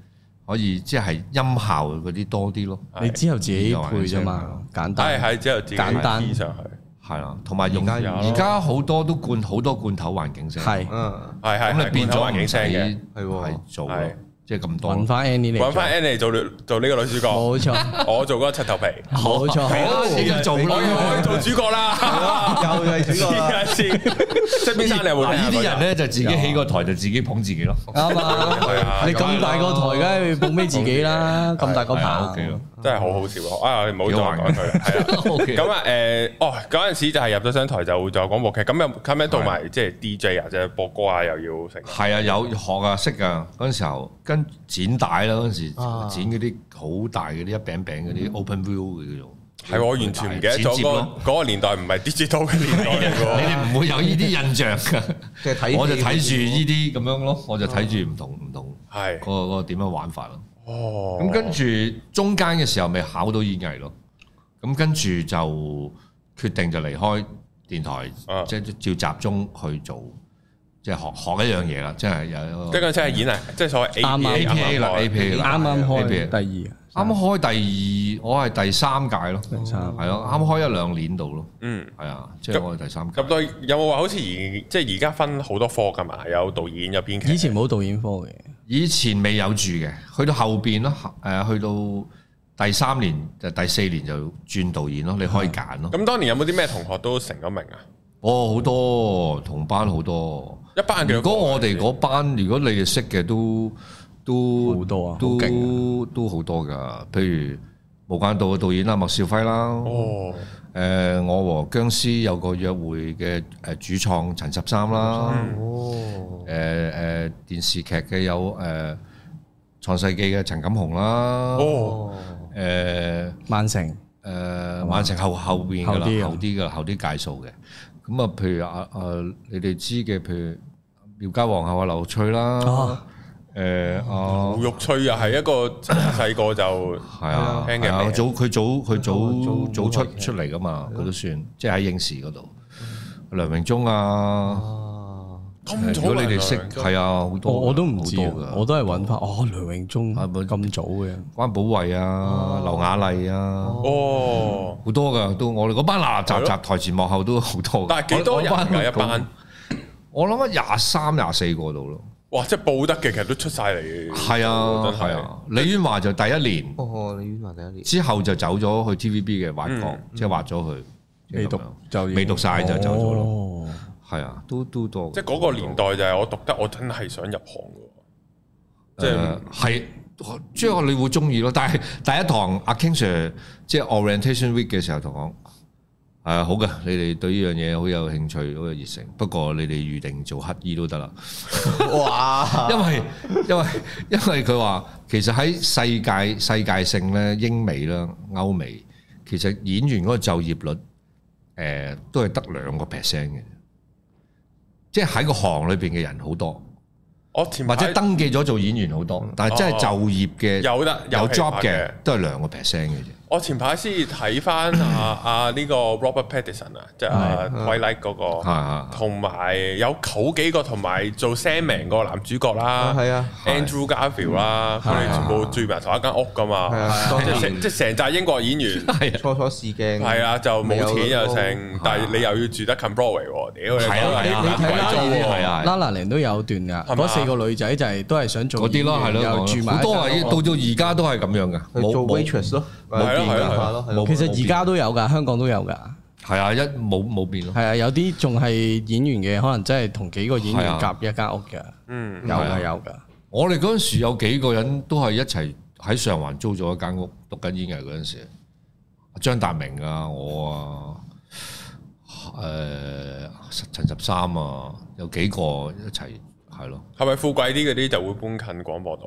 Speaker 3: 可以即係音效嗰啲多啲咯，
Speaker 4: 你之後自己配啫嘛，簡
Speaker 1: 係
Speaker 4: 單。
Speaker 1: 係之後自己
Speaker 4: 簡單
Speaker 1: 黐上去，
Speaker 3: 係啦，同埋用
Speaker 2: 而家
Speaker 3: 而家好多都灌好多罐頭環境聲，
Speaker 4: 係
Speaker 2: 嗯，
Speaker 1: 係係
Speaker 3: 咁你變咗
Speaker 1: 環境
Speaker 3: 唔
Speaker 1: 聲嘅，
Speaker 3: 使
Speaker 2: 係喎
Speaker 3: 係做咯
Speaker 1: 係，
Speaker 3: 即係咁
Speaker 4: 揾
Speaker 3: 多。
Speaker 4: 翻 Annie 嚟做
Speaker 1: 揾翻 Annie 做女做呢個女主角，
Speaker 4: 冇錯，
Speaker 1: 我做嗰個七頭皮，
Speaker 4: 冇錯，
Speaker 3: 你要做
Speaker 1: 我又可以
Speaker 3: 啦。
Speaker 1: 做主角啦，
Speaker 2: 又係主角啦
Speaker 1: 黐線，即係邊生你有冇
Speaker 3: 嗱
Speaker 1: 聽啊
Speaker 3: 呢啲人咧就自己起個台就自己捧自己咯。
Speaker 4: 啱啊！你咁大個台，梗係捧俾自己啦，咁大個
Speaker 3: 係啊
Speaker 4: 棚，
Speaker 3: ，OK 咯
Speaker 1: 真係好好笑啊！啊，你唔好
Speaker 3: 幾
Speaker 1: 再
Speaker 3: 好玩
Speaker 1: 講佢啦，係啦。
Speaker 3: OK
Speaker 1: 咁啊，誒，哦，嗰陣時就係入咗商台就做廣播劇，咁又 come 到埋即係 DJ 啊，即係播歌啊，又要成。
Speaker 3: 係啊，有學啊，識啊。嗰陣時候跟剪帶啦，嗰陣時剪嗰啲好大嗰啲一餅餅嗰啲 open view 嘅叫做。
Speaker 1: 係我完全唔記得
Speaker 3: 剪
Speaker 1: 咗
Speaker 3: 接
Speaker 1: 嗰
Speaker 3: 咯
Speaker 1: 嗰個年代唔係 digital 嘅年代嚟
Speaker 3: 你
Speaker 1: 㗎喎。
Speaker 3: 哋唔會有呢啲印象㗎。
Speaker 2: 即係睇
Speaker 3: 我就
Speaker 2: 戲
Speaker 3: 睇住呢啲咁樣咯，我就睇住唔同唔同
Speaker 1: 係
Speaker 3: 嗰個嗰個點樣玩法咯。
Speaker 1: 哦，
Speaker 3: 咁跟住中間嘅時候咪考到演藝咯，咁跟住就決定就離開電
Speaker 1: 啊
Speaker 3: 台，即係照集中去做，即係學學一樣嘢啦，即係有一
Speaker 1: 即
Speaker 3: 個
Speaker 1: 係即係演啊，即係所謂 A
Speaker 4: 啱啱
Speaker 1: A
Speaker 3: APA 啦，APA
Speaker 4: 啱
Speaker 3: 啦，APA
Speaker 4: 啱開第二，
Speaker 3: 啱啱開第二，我係第三屆咯，
Speaker 4: 第三
Speaker 3: 係咯，啱開一兩年度咯，
Speaker 1: 嗯，
Speaker 3: 係啊，即係我係第三屆
Speaker 1: 入，到有冇話好似而即係而家分好多科㗎嘛？有導演，有編劇。
Speaker 4: 以前冇導演科嘅，
Speaker 3: 以前未有住嘅，去到後邊咯，誒去到第三年就第四年就轉導演咯，你
Speaker 1: 嗯
Speaker 3: 可以揀咯。
Speaker 1: 咁當年有冇啲咩同學都成咗名啊？
Speaker 3: 哦，好多同班好多。
Speaker 1: 一班人幾
Speaker 3: 如
Speaker 1: 多個
Speaker 3: 果我哋嗰班，如果你哋識嘅都都
Speaker 4: 好多啊好勁
Speaker 3: 都都好多噶。譬如《無間道》嘅導演啦，麥兆輝啦。誒、
Speaker 1: 哦，
Speaker 3: 呃我和僵屍有個約會嘅誒主創陳十三啦。
Speaker 2: 哦，
Speaker 3: 誒誒電視劇嘅有誒、創世紀》嘅陳錦鴻啦。呃
Speaker 1: 哦，
Speaker 3: 誒
Speaker 4: 曼城
Speaker 3: 誒晚城呃後後邊噶啦，
Speaker 4: 後啲啊
Speaker 3: 後啲噶啦，後啲介數嘅。咁啊，譬如啊啊，你哋知嘅，譬如廖家皇后啊，劉翠啦
Speaker 4: 啊，
Speaker 3: 誒
Speaker 1: 胡
Speaker 3: 啊，
Speaker 1: 玉翠又係一個細個就
Speaker 3: 係啊，
Speaker 1: 聽嘅
Speaker 3: 係啊
Speaker 1: 名
Speaker 3: 早佢早佢
Speaker 2: 早
Speaker 3: 早
Speaker 2: 早
Speaker 3: 早出出嚟噶嘛，佢都算即係喺應試嗰度。梁榮忠啊，
Speaker 2: 哦，
Speaker 1: 咁
Speaker 3: 如
Speaker 1: 早
Speaker 3: 果你
Speaker 1: 啊
Speaker 3: 哋識
Speaker 1: 梁榮忠
Speaker 3: 係啊，好多
Speaker 4: 我
Speaker 3: 㗎
Speaker 4: 我都唔知
Speaker 3: 好
Speaker 4: 啊
Speaker 3: 多，㗎
Speaker 4: 我都係揾翻哦梁永忠
Speaker 3: 係咪
Speaker 4: 咁早嘅，
Speaker 3: 關寶慧啊，劉雅麗啊。
Speaker 1: 哦，
Speaker 3: 好多噶，到我哋嗰班嗱嗱雜雜台前幕後都好多㗎。
Speaker 1: 但係幾多人
Speaker 3: 我
Speaker 1: 㗎一班？？
Speaker 3: 我諗廿三廿四個度咯。
Speaker 1: 哇！即係報得嘅，其實都出晒嚟。
Speaker 3: 係啊，
Speaker 1: 真
Speaker 3: 係啊。李婉華就第一年
Speaker 2: 哦，你冤話第一年，
Speaker 3: 之後就走咗去 TVB 嘅挖角
Speaker 1: 嗯，
Speaker 3: 即係挖咗佢。即係
Speaker 4: 未
Speaker 3: 咁
Speaker 4: 讀
Speaker 3: 樣
Speaker 4: 就已經
Speaker 3: 啊未讀晒就走咗咯。
Speaker 4: 哦
Speaker 3: 係啊，都都多㗎。
Speaker 1: 即係嗰個年代就係我讀得，我真係想入行嘅喎。即係
Speaker 3: 誒係。即係你會中意咯，但係第一堂阿 King Sir 即係 orientation week 嘅時候同我講，係啊好嘅，你哋對呢樣嘢好有興趣，好有熱誠。不過你哋預定做乞衣都得啦。
Speaker 1: 啊
Speaker 2: 哇，
Speaker 3: 因為因為 因為佢話其實喺世界世界性咧，英美啦、歐美，其實演員嗰個就業率誒、呃都係得兩個 percent 嘅，即係喺個行裏邊嘅人好多，
Speaker 1: 我前
Speaker 3: 或
Speaker 1: 排
Speaker 3: 者登記咗做演員好多，但係真係就業嘅、
Speaker 1: 有得
Speaker 3: 哦有 job
Speaker 1: 戲拍
Speaker 3: 嘅都係兩個 percent 嘅啫。
Speaker 1: 我前排先睇翻啊啊呢個 Robert Pattinson 啊，即係啊 Twilight 嗰
Speaker 3: 係係
Speaker 1: 個，
Speaker 3: 係
Speaker 1: 同埋有好幾個同埋做 Sandman 嗰個男主角啦，
Speaker 2: 係啊
Speaker 3: 係
Speaker 1: Andrew Garfield 啦，佢哋全部住埋同一間屋噶嘛
Speaker 2: 係，啊，當
Speaker 1: 即係成
Speaker 2: 年
Speaker 1: 即係成扎英國演員。
Speaker 2: 初初試鏡，
Speaker 1: 係啊，就冇錢又剩，但係你又要住得近 Broadway 喎，屌你
Speaker 3: 哦啊係啊
Speaker 1: 講緊
Speaker 3: 係啊
Speaker 1: 鬼租喎
Speaker 3: 係啊係
Speaker 4: ，La La Land 都有段㗎，
Speaker 1: 係嘛
Speaker 4: 嗰四個女仔就係都係想做
Speaker 3: 嗰啲咯，係
Speaker 4: 演
Speaker 3: 咯，
Speaker 4: 員又住埋
Speaker 3: 好多啊！
Speaker 4: 一間
Speaker 3: 到
Speaker 4: 屋
Speaker 3: 到而家都係咁樣噶，
Speaker 2: 去
Speaker 3: 冇
Speaker 2: 做
Speaker 3: 冇
Speaker 2: waitress 咯，
Speaker 1: 係咯
Speaker 2: 變
Speaker 1: 係咯
Speaker 3: 啊
Speaker 2: 化咯，係咯
Speaker 3: 冇
Speaker 4: 其實而家都有㗎，香港都有㗎，
Speaker 3: 係啊，一冇冇變咯。
Speaker 4: 係啊，有啲仲係演員嘅，可能真係同幾個演員
Speaker 3: 係啊
Speaker 4: 夾一間屋嘅，
Speaker 1: 嗯，
Speaker 4: 有
Speaker 3: 係啊
Speaker 4: 㗎有㗎。
Speaker 3: 我哋嗰陣時有幾個人都係一齊喺上環租咗一間屋，讀緊演藝嗰陣時，張達明啊，我啊，誒、陳十三啊，有幾個一齊係咯，
Speaker 1: 係咪富貴啲嗰啲就會搬近廣播道？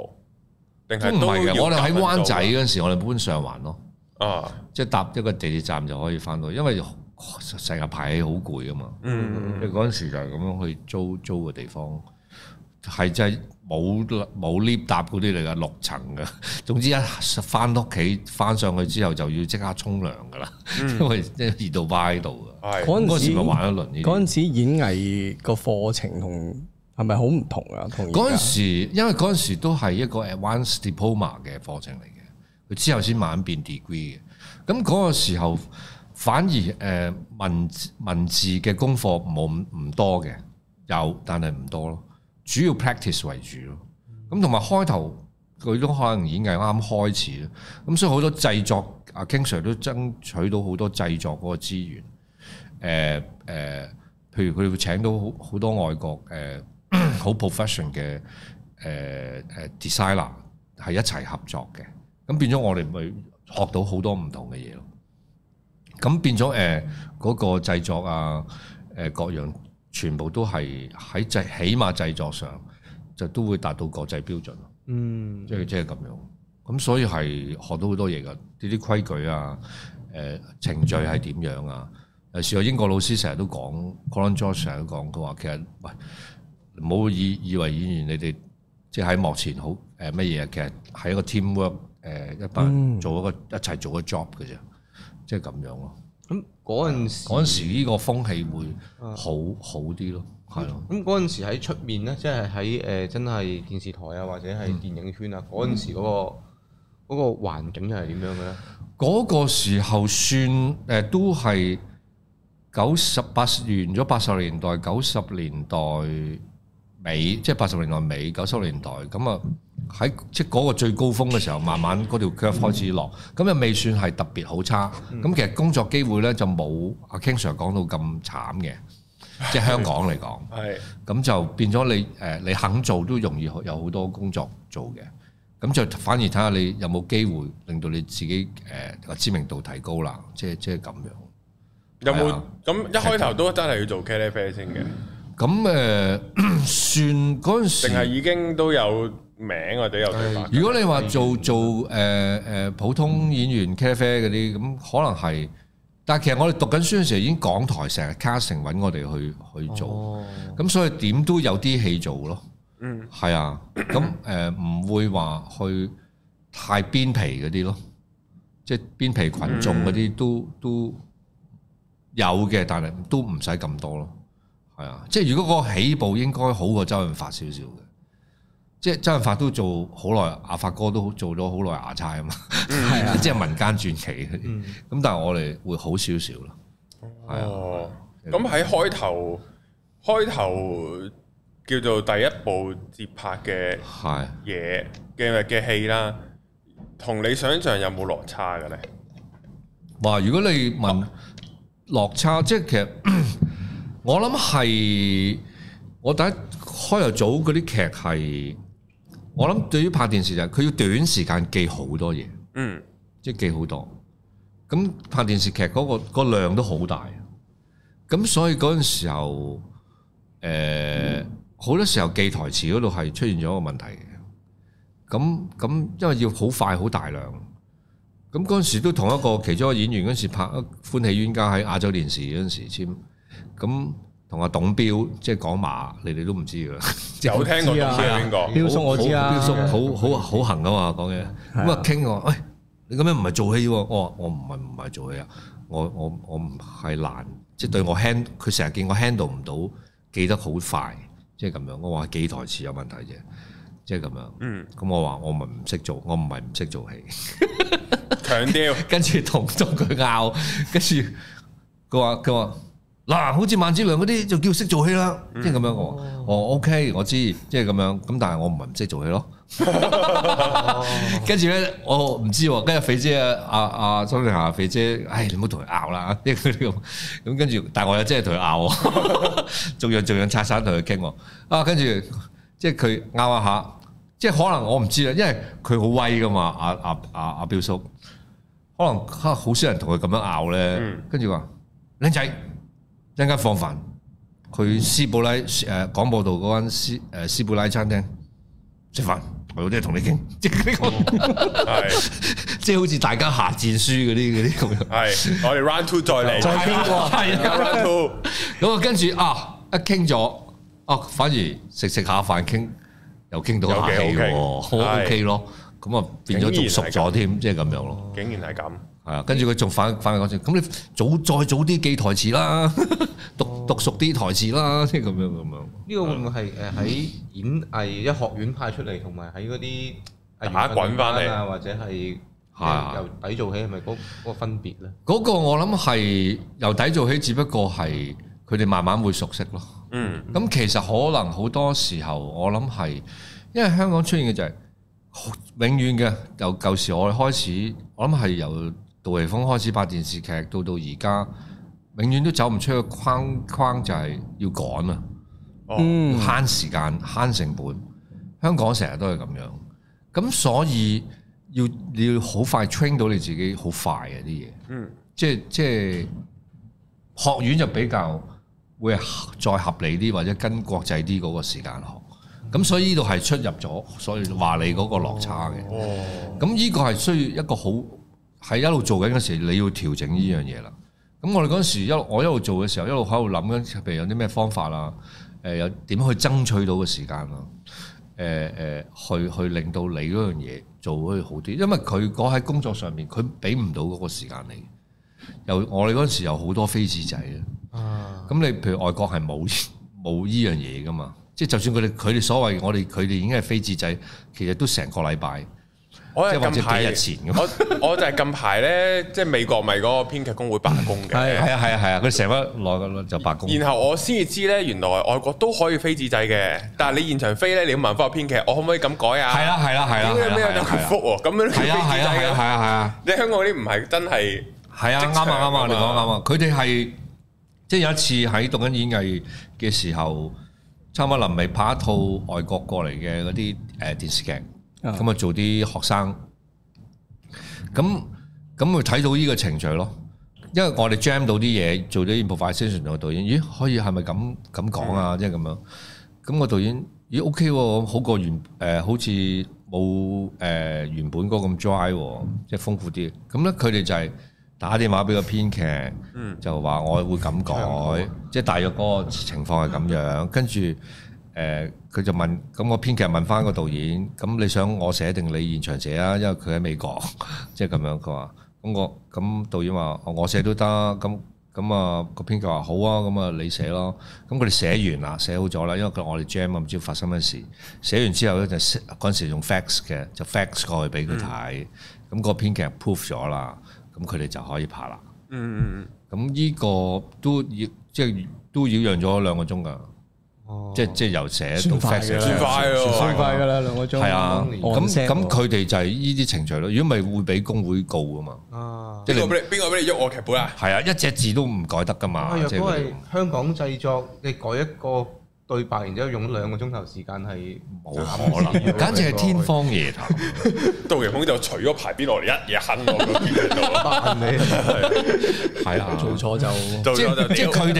Speaker 1: 定
Speaker 3: 都
Speaker 1: 係
Speaker 3: 唔
Speaker 1: 都
Speaker 3: 係嘅。
Speaker 1: 要
Speaker 3: 我哋喺
Speaker 1: 夾
Speaker 3: 灣
Speaker 1: 份
Speaker 3: 仔
Speaker 1: 做
Speaker 3: 嗰陣時，我哋搬上環咯，
Speaker 1: 啊，
Speaker 3: 即係搭一個地鐵站就可以翻到，因為成日排戲好攰啊嘛。
Speaker 1: 嗯，
Speaker 3: 你嗰陣時就係咁樣去租租個地方，係真係冇冇 lift 搭嗰啲嚟噶，六層噶。 總之一翻屋企翻上去之後就要即刻沖涼噶啦，
Speaker 1: 嗯
Speaker 3: 因為熱到趴喺度噶。
Speaker 1: 係
Speaker 3: 嗰
Speaker 4: 嗰陣
Speaker 3: 陣時
Speaker 4: 時
Speaker 3: 咪玩一輪呢
Speaker 4: 嗰
Speaker 3: 啲。
Speaker 4: 陣時演藝個課程同係咪好唔同啊？同而家
Speaker 3: 嗰陣時，因為嗰陣時都係一個 advanced diploma 嘅課程嚟嘅，佢之後先慢慢變 degree 嘅。咁嗰個時候反而誒、呃文字文字嘅功課冇咁唔多嘅，有但係唔多咯，主要 practice 為主咯。咁同埋開頭佢都可能演藝啱啱開始啦，咁所以好多製作阿 King Sir 都爭取到好多製作嗰個資源。呃誒、誒、譬如佢會請到好好多外國誒 好、profession 嘅誒誒 designer 係一齊合作嘅，咁變咗我哋咪學到好多唔同嘅嘢咯。咁變咗誒嗰個製作啊，誒、各樣全部都係喺製起碼製作上就都會達到國際標準咯。
Speaker 2: 嗯，
Speaker 3: 即係即係咁樣。咁所以係學到好多嘢㗎，呢啲規矩啊，誒、程序係點樣啊？有時我英國老師成日都講，Colin George 成日都講，佢話其實喂唔好以以為演員你哋即係喺幕前好誒乜嘢，啊其實係一個 teamwork 誒、一班人做一個一齊做個 job 嘅啫，即係咁樣咯。
Speaker 2: 咁嗰陣時，
Speaker 3: 嗰陣時呢個風氣會好好啲咯，係咯。
Speaker 2: 咁嗰陣時喺出面咧，即係喺誒真係電視台啊，或者係電影圈啊，嗰陣時嗰個嗰個環境係點樣嘅咧？
Speaker 3: 嗰個時候算誒、呃都係九十八完咗八十年代九十年代尾，即係八十年代尾九十年代咁啊，喺即係嗰個最高峰嘅時候，慢慢嗰條 curve 開始落，咁又未算係特別好差。咁其實工作機會呢，就冇阿 King Sir 講到咁慘嘅，即係香港嚟講。
Speaker 1: 係
Speaker 3: 咁就變咗你誒、呃你肯做都容易有好多工作做嘅。咁就反而睇下你有冇機會令到你自己誒、個知名度提高啦，即係即係咁樣。
Speaker 1: 有
Speaker 3: 係
Speaker 1: 冇
Speaker 3: 啊
Speaker 1: 咁一開頭都真係要做茄喱啡先嘅？
Speaker 3: 咁誒、 算嗰陣時
Speaker 1: 定係已經都有名或者有對白？
Speaker 3: 如果你話做做誒誒、呃普通演員咖啡嗰啲，咁可能係，但係其實我哋讀緊書嘅時候已經港台成日 casting 揾我哋去去做，咁、所以點都有啲戲做咯。
Speaker 1: 哦嗯，
Speaker 3: 係啊，咁誒唔會話去太邊皮嗰啲咯，即係邊皮群眾嗰
Speaker 1: 嗯
Speaker 3: 啲都、都有嘅，但係都唔使咁多咯。係啊，即係如果個起步應該好過周潤發少少嘅。即係周潤發都做好耐，阿發哥都做咗好耐牙差啊嘛，
Speaker 4: 係啊，
Speaker 3: 即係民間傳奇嗰啲。咁、但係我哋會好少少咯。係啊
Speaker 1: 哦，咁喺開頭開頭叫做第一部接拍嘅
Speaker 3: 係
Speaker 1: 嘢嘅嘅戲啦，同你想象有冇落差嘅咧？
Speaker 3: 哇！如果你問落差，即係其實 我諗係我第一開頭組嗰啲劇係，我諗對於拍電視就係佢要短時間記好多嘢，
Speaker 1: 嗯，
Speaker 3: 即係記好多。咁拍電視劇嗰、個個量都好大，咁所以嗰陣時候，誒、好多時候記台詞嗰度係出現咗一個問題嘅。咁咁因為要好快好大量，咁嗰陣時都同一個其中一個演員嗰陣時拍《歡喜冤家》喺亞洲電視嗰陣時簽，咁同阿董彪即係講馬，你哋都唔知㗎啦。
Speaker 1: 有聽過
Speaker 4: 知啊
Speaker 1: 東西係邊個？
Speaker 4: 彪叔我知啊
Speaker 3: 彪叔好好好行噶嘛，講嘢咁啊傾我，喂、你咁樣唔係做戲喎，我話我唔係唔係做戲啊，我我我唔係難，即係對我 hand，佢成日見我 handle 唔到，記得好快，即係咁樣，我話記台詞有問題啫，即係咁樣，
Speaker 1: 嗯，
Speaker 3: 咁我話我唔係唔識做，我唔係唔識做戲。
Speaker 1: 強調
Speaker 3: 跟住同同佢拗，跟住佢話佢話嗱，好似萬梓良嗰啲就叫識做戲啦，即係咁樣我話我 OK 我知，即係咁樣，咁但係我唔係唔識做戲咯，跟住咧，我唔知喎。跟住肥姐啊，阿阿周麗霞肥姐，唉，你唔好同佢拗啦，即係佢咁。咁跟住，但我又真係同佢拗喎，逐樣逐樣拆散同佢傾喎。啊，跟住即係佢拗一下，即係可能我唔知啦，因為佢好威噶嘛，阿阿阿阿彪叔，可能啊好少人同佢咁樣拗咧。跟住話，靚仔，一陣間放飯，佢斯布拉誒廣播道嗰間斯誒斯布拉餐廳食飯，我有啲嘢同你傾， 即係呢個。
Speaker 1: 系
Speaker 3: 即係好似大家下戰書嗰啲嗰啲咁樣。
Speaker 1: 系，我哋 round two 再嚟，
Speaker 4: 再經過
Speaker 1: 係啊 round two，
Speaker 3: 咁啊，跟住啊，一傾咗，哦，反而食食下飯傾，又傾到
Speaker 1: 有
Speaker 3: 下
Speaker 1: 幾
Speaker 3: 氣喎，好
Speaker 1: OK，係
Speaker 3: OK 咯。咁啊，變咗仲熟咗添，即係咁樣咯。
Speaker 1: 竟然係咁，
Speaker 3: 係啊，跟住佢仲反反嚟講住，咁你早再早啲記台詞啦， 讀讀熟啲台詞啦，即係咁樣咁樣。
Speaker 2: 呢個會唔會係誒喺演藝一學院派出嚟，同埋喺嗰啲藝員
Speaker 1: 打滾返嚟
Speaker 2: 訓練班啊，或者係
Speaker 3: 係啊
Speaker 2: 由底做起，係咪嗰嗰個分別咧？
Speaker 3: 嗰個我諗係由底做起，只不過係佢哋慢慢會熟悉咯。
Speaker 1: 嗯，
Speaker 3: 咁其實可能好多時候，我諗係因為香港出現嘅就係、好永遠嘅，由舊時我哋開始，我諗係由杜琪峰開始拍電視劇，到到而家，永遠都走唔出個框框，就係要趕啊，
Speaker 1: 哦，
Speaker 3: 要慳時間、慳成本。香港成日都係咁樣，咁所以要你要好快 train 到你自己，好快嘅啲嘢。
Speaker 1: 嗯，
Speaker 3: 即係即係學院就比較會合再合理啲，或者跟國際啲嗰個時間學。咁所以呢度係出入咗，所以話你嗰個落差嘅。
Speaker 1: 哦，
Speaker 3: 咁呢個係需要一個好喺一路做緊嗰時，你要調整呢樣嘢啦。咁我哋嗰陣時一路我一路做嘅時候，一路喺度諗緊，譬如有啲咩方法啊，誒有點去爭取到嘅時間啦，誒、誒去去令到你嗰樣嘢做可以好啲，因為佢嗰喺工作上面佢俾唔到嗰個時間你。又我哋嗰陣時有好多飛紙仔嘅。
Speaker 2: 啊，
Speaker 3: 咁你譬如外國係冇冇依樣嘢噶嘛？即係就算佢哋佢哋所謂我哋佢哋已經係飛紙仔，其實都成個禮拜，
Speaker 1: 我
Speaker 3: 即係或
Speaker 1: 係近排
Speaker 3: 者幾日前咁。
Speaker 1: 我我就係近排咧，即係美國咪嗰個編劇工會罷工嘅
Speaker 4: 係。
Speaker 3: 係啊係啊係啊，佢成日攞就白工。
Speaker 1: 然後我先至知咧，原來外國都可以飛紙仔嘅，但係你現場飛咧，你要問翻個編劇，我可唔可以咁改啊？
Speaker 3: 係啦係啦係啦
Speaker 1: 點解
Speaker 3: 係
Speaker 1: 咩有
Speaker 3: 啦
Speaker 1: 得回覆喎？咁樣都叫飛
Speaker 3: 係啊係
Speaker 1: 紙仔
Speaker 3: 啊係啊係
Speaker 1: 嘅，
Speaker 3: 啊係啊！
Speaker 1: 你香港嗰啲唔係真係
Speaker 3: 係啊，
Speaker 1: 職
Speaker 3: 啱
Speaker 1: 場
Speaker 3: 啊，啱
Speaker 1: 啊
Speaker 3: 啊，你講
Speaker 1: 嘛
Speaker 3: 啱啊。佢哋係即係有一次喺讀緊演藝嘅時候，差唔多臨尾拍一套外國過嚟嘅嗰啲誒電視劇，
Speaker 4: 啊
Speaker 3: 咁啊做啲學生，咁咁咪睇到呢個程序咯。因為我哋 jam 到啲嘢，做咗 improvisation 同個導演，咦可以係咪咁咁講啊？
Speaker 1: 嗯
Speaker 3: 即係咁樣，咁個導演咦 OK 喎，好過原誒、呃好似冇誒原本嗰個咁 dry 喎，即係豐富啲。咁咧佢哋就係打電話俾個編劇，就話我會咁改，即係大約嗰個情況係咁樣。跟住誒佢就問，咁個編劇問翻個導演，咁你想我寫定你現場寫啊？因為佢喺美國，即係咁樣。佢話咁我咁導演話哦我寫都得，咁咁啊個編劇話好啊，咁啊你寫咯。咁佢哋寫完啦，寫好咗啦，因為佢我哋 jam 啊唔知發生咩事。寫完之後咧就 s- 嗰陣時用 fax 嘅，就 fax 過去俾佢睇。咁個編劇 proof 咗啦，咁佢哋就可以拍啦。
Speaker 1: 嗯嗯
Speaker 3: 咁呢個都要即係都擾攘咗兩個鐘㗎，
Speaker 2: 哦
Speaker 3: 即係即係由寫到
Speaker 4: 算快
Speaker 3: fax
Speaker 4: 㗎
Speaker 1: 算快喎
Speaker 4: 好快噶啦，兩個鐘。
Speaker 3: 係啊，咁
Speaker 4: on set
Speaker 3: 咁
Speaker 4: 喎
Speaker 3: 佢哋就係呢啲程序咯。如果唔係會俾工會告㗎嘛，
Speaker 1: 嗯，
Speaker 2: 啊，
Speaker 3: 即
Speaker 1: 邊個
Speaker 3: 係你
Speaker 1: 俾你邊個俾你喐我劇本啊？
Speaker 3: 係啊，一隻字都唔改得㗎嘛
Speaker 2: 啊，。
Speaker 3: 即
Speaker 2: 若
Speaker 3: 係
Speaker 2: 果
Speaker 3: 佢哋
Speaker 2: 係香港製作，你改一個對白，然之後用兩個鐘頭時間 係
Speaker 3: 冇可能，簡直係天方夜譚。
Speaker 1: 杜琪峰就除咗排邊落嚟，一嘢坑我個編劇度，
Speaker 2: 扮你
Speaker 3: 係啊，
Speaker 4: 做錯就
Speaker 1: 做
Speaker 3: 即
Speaker 1: 咗就
Speaker 3: 係即
Speaker 1: 屌
Speaker 3: 係佢哋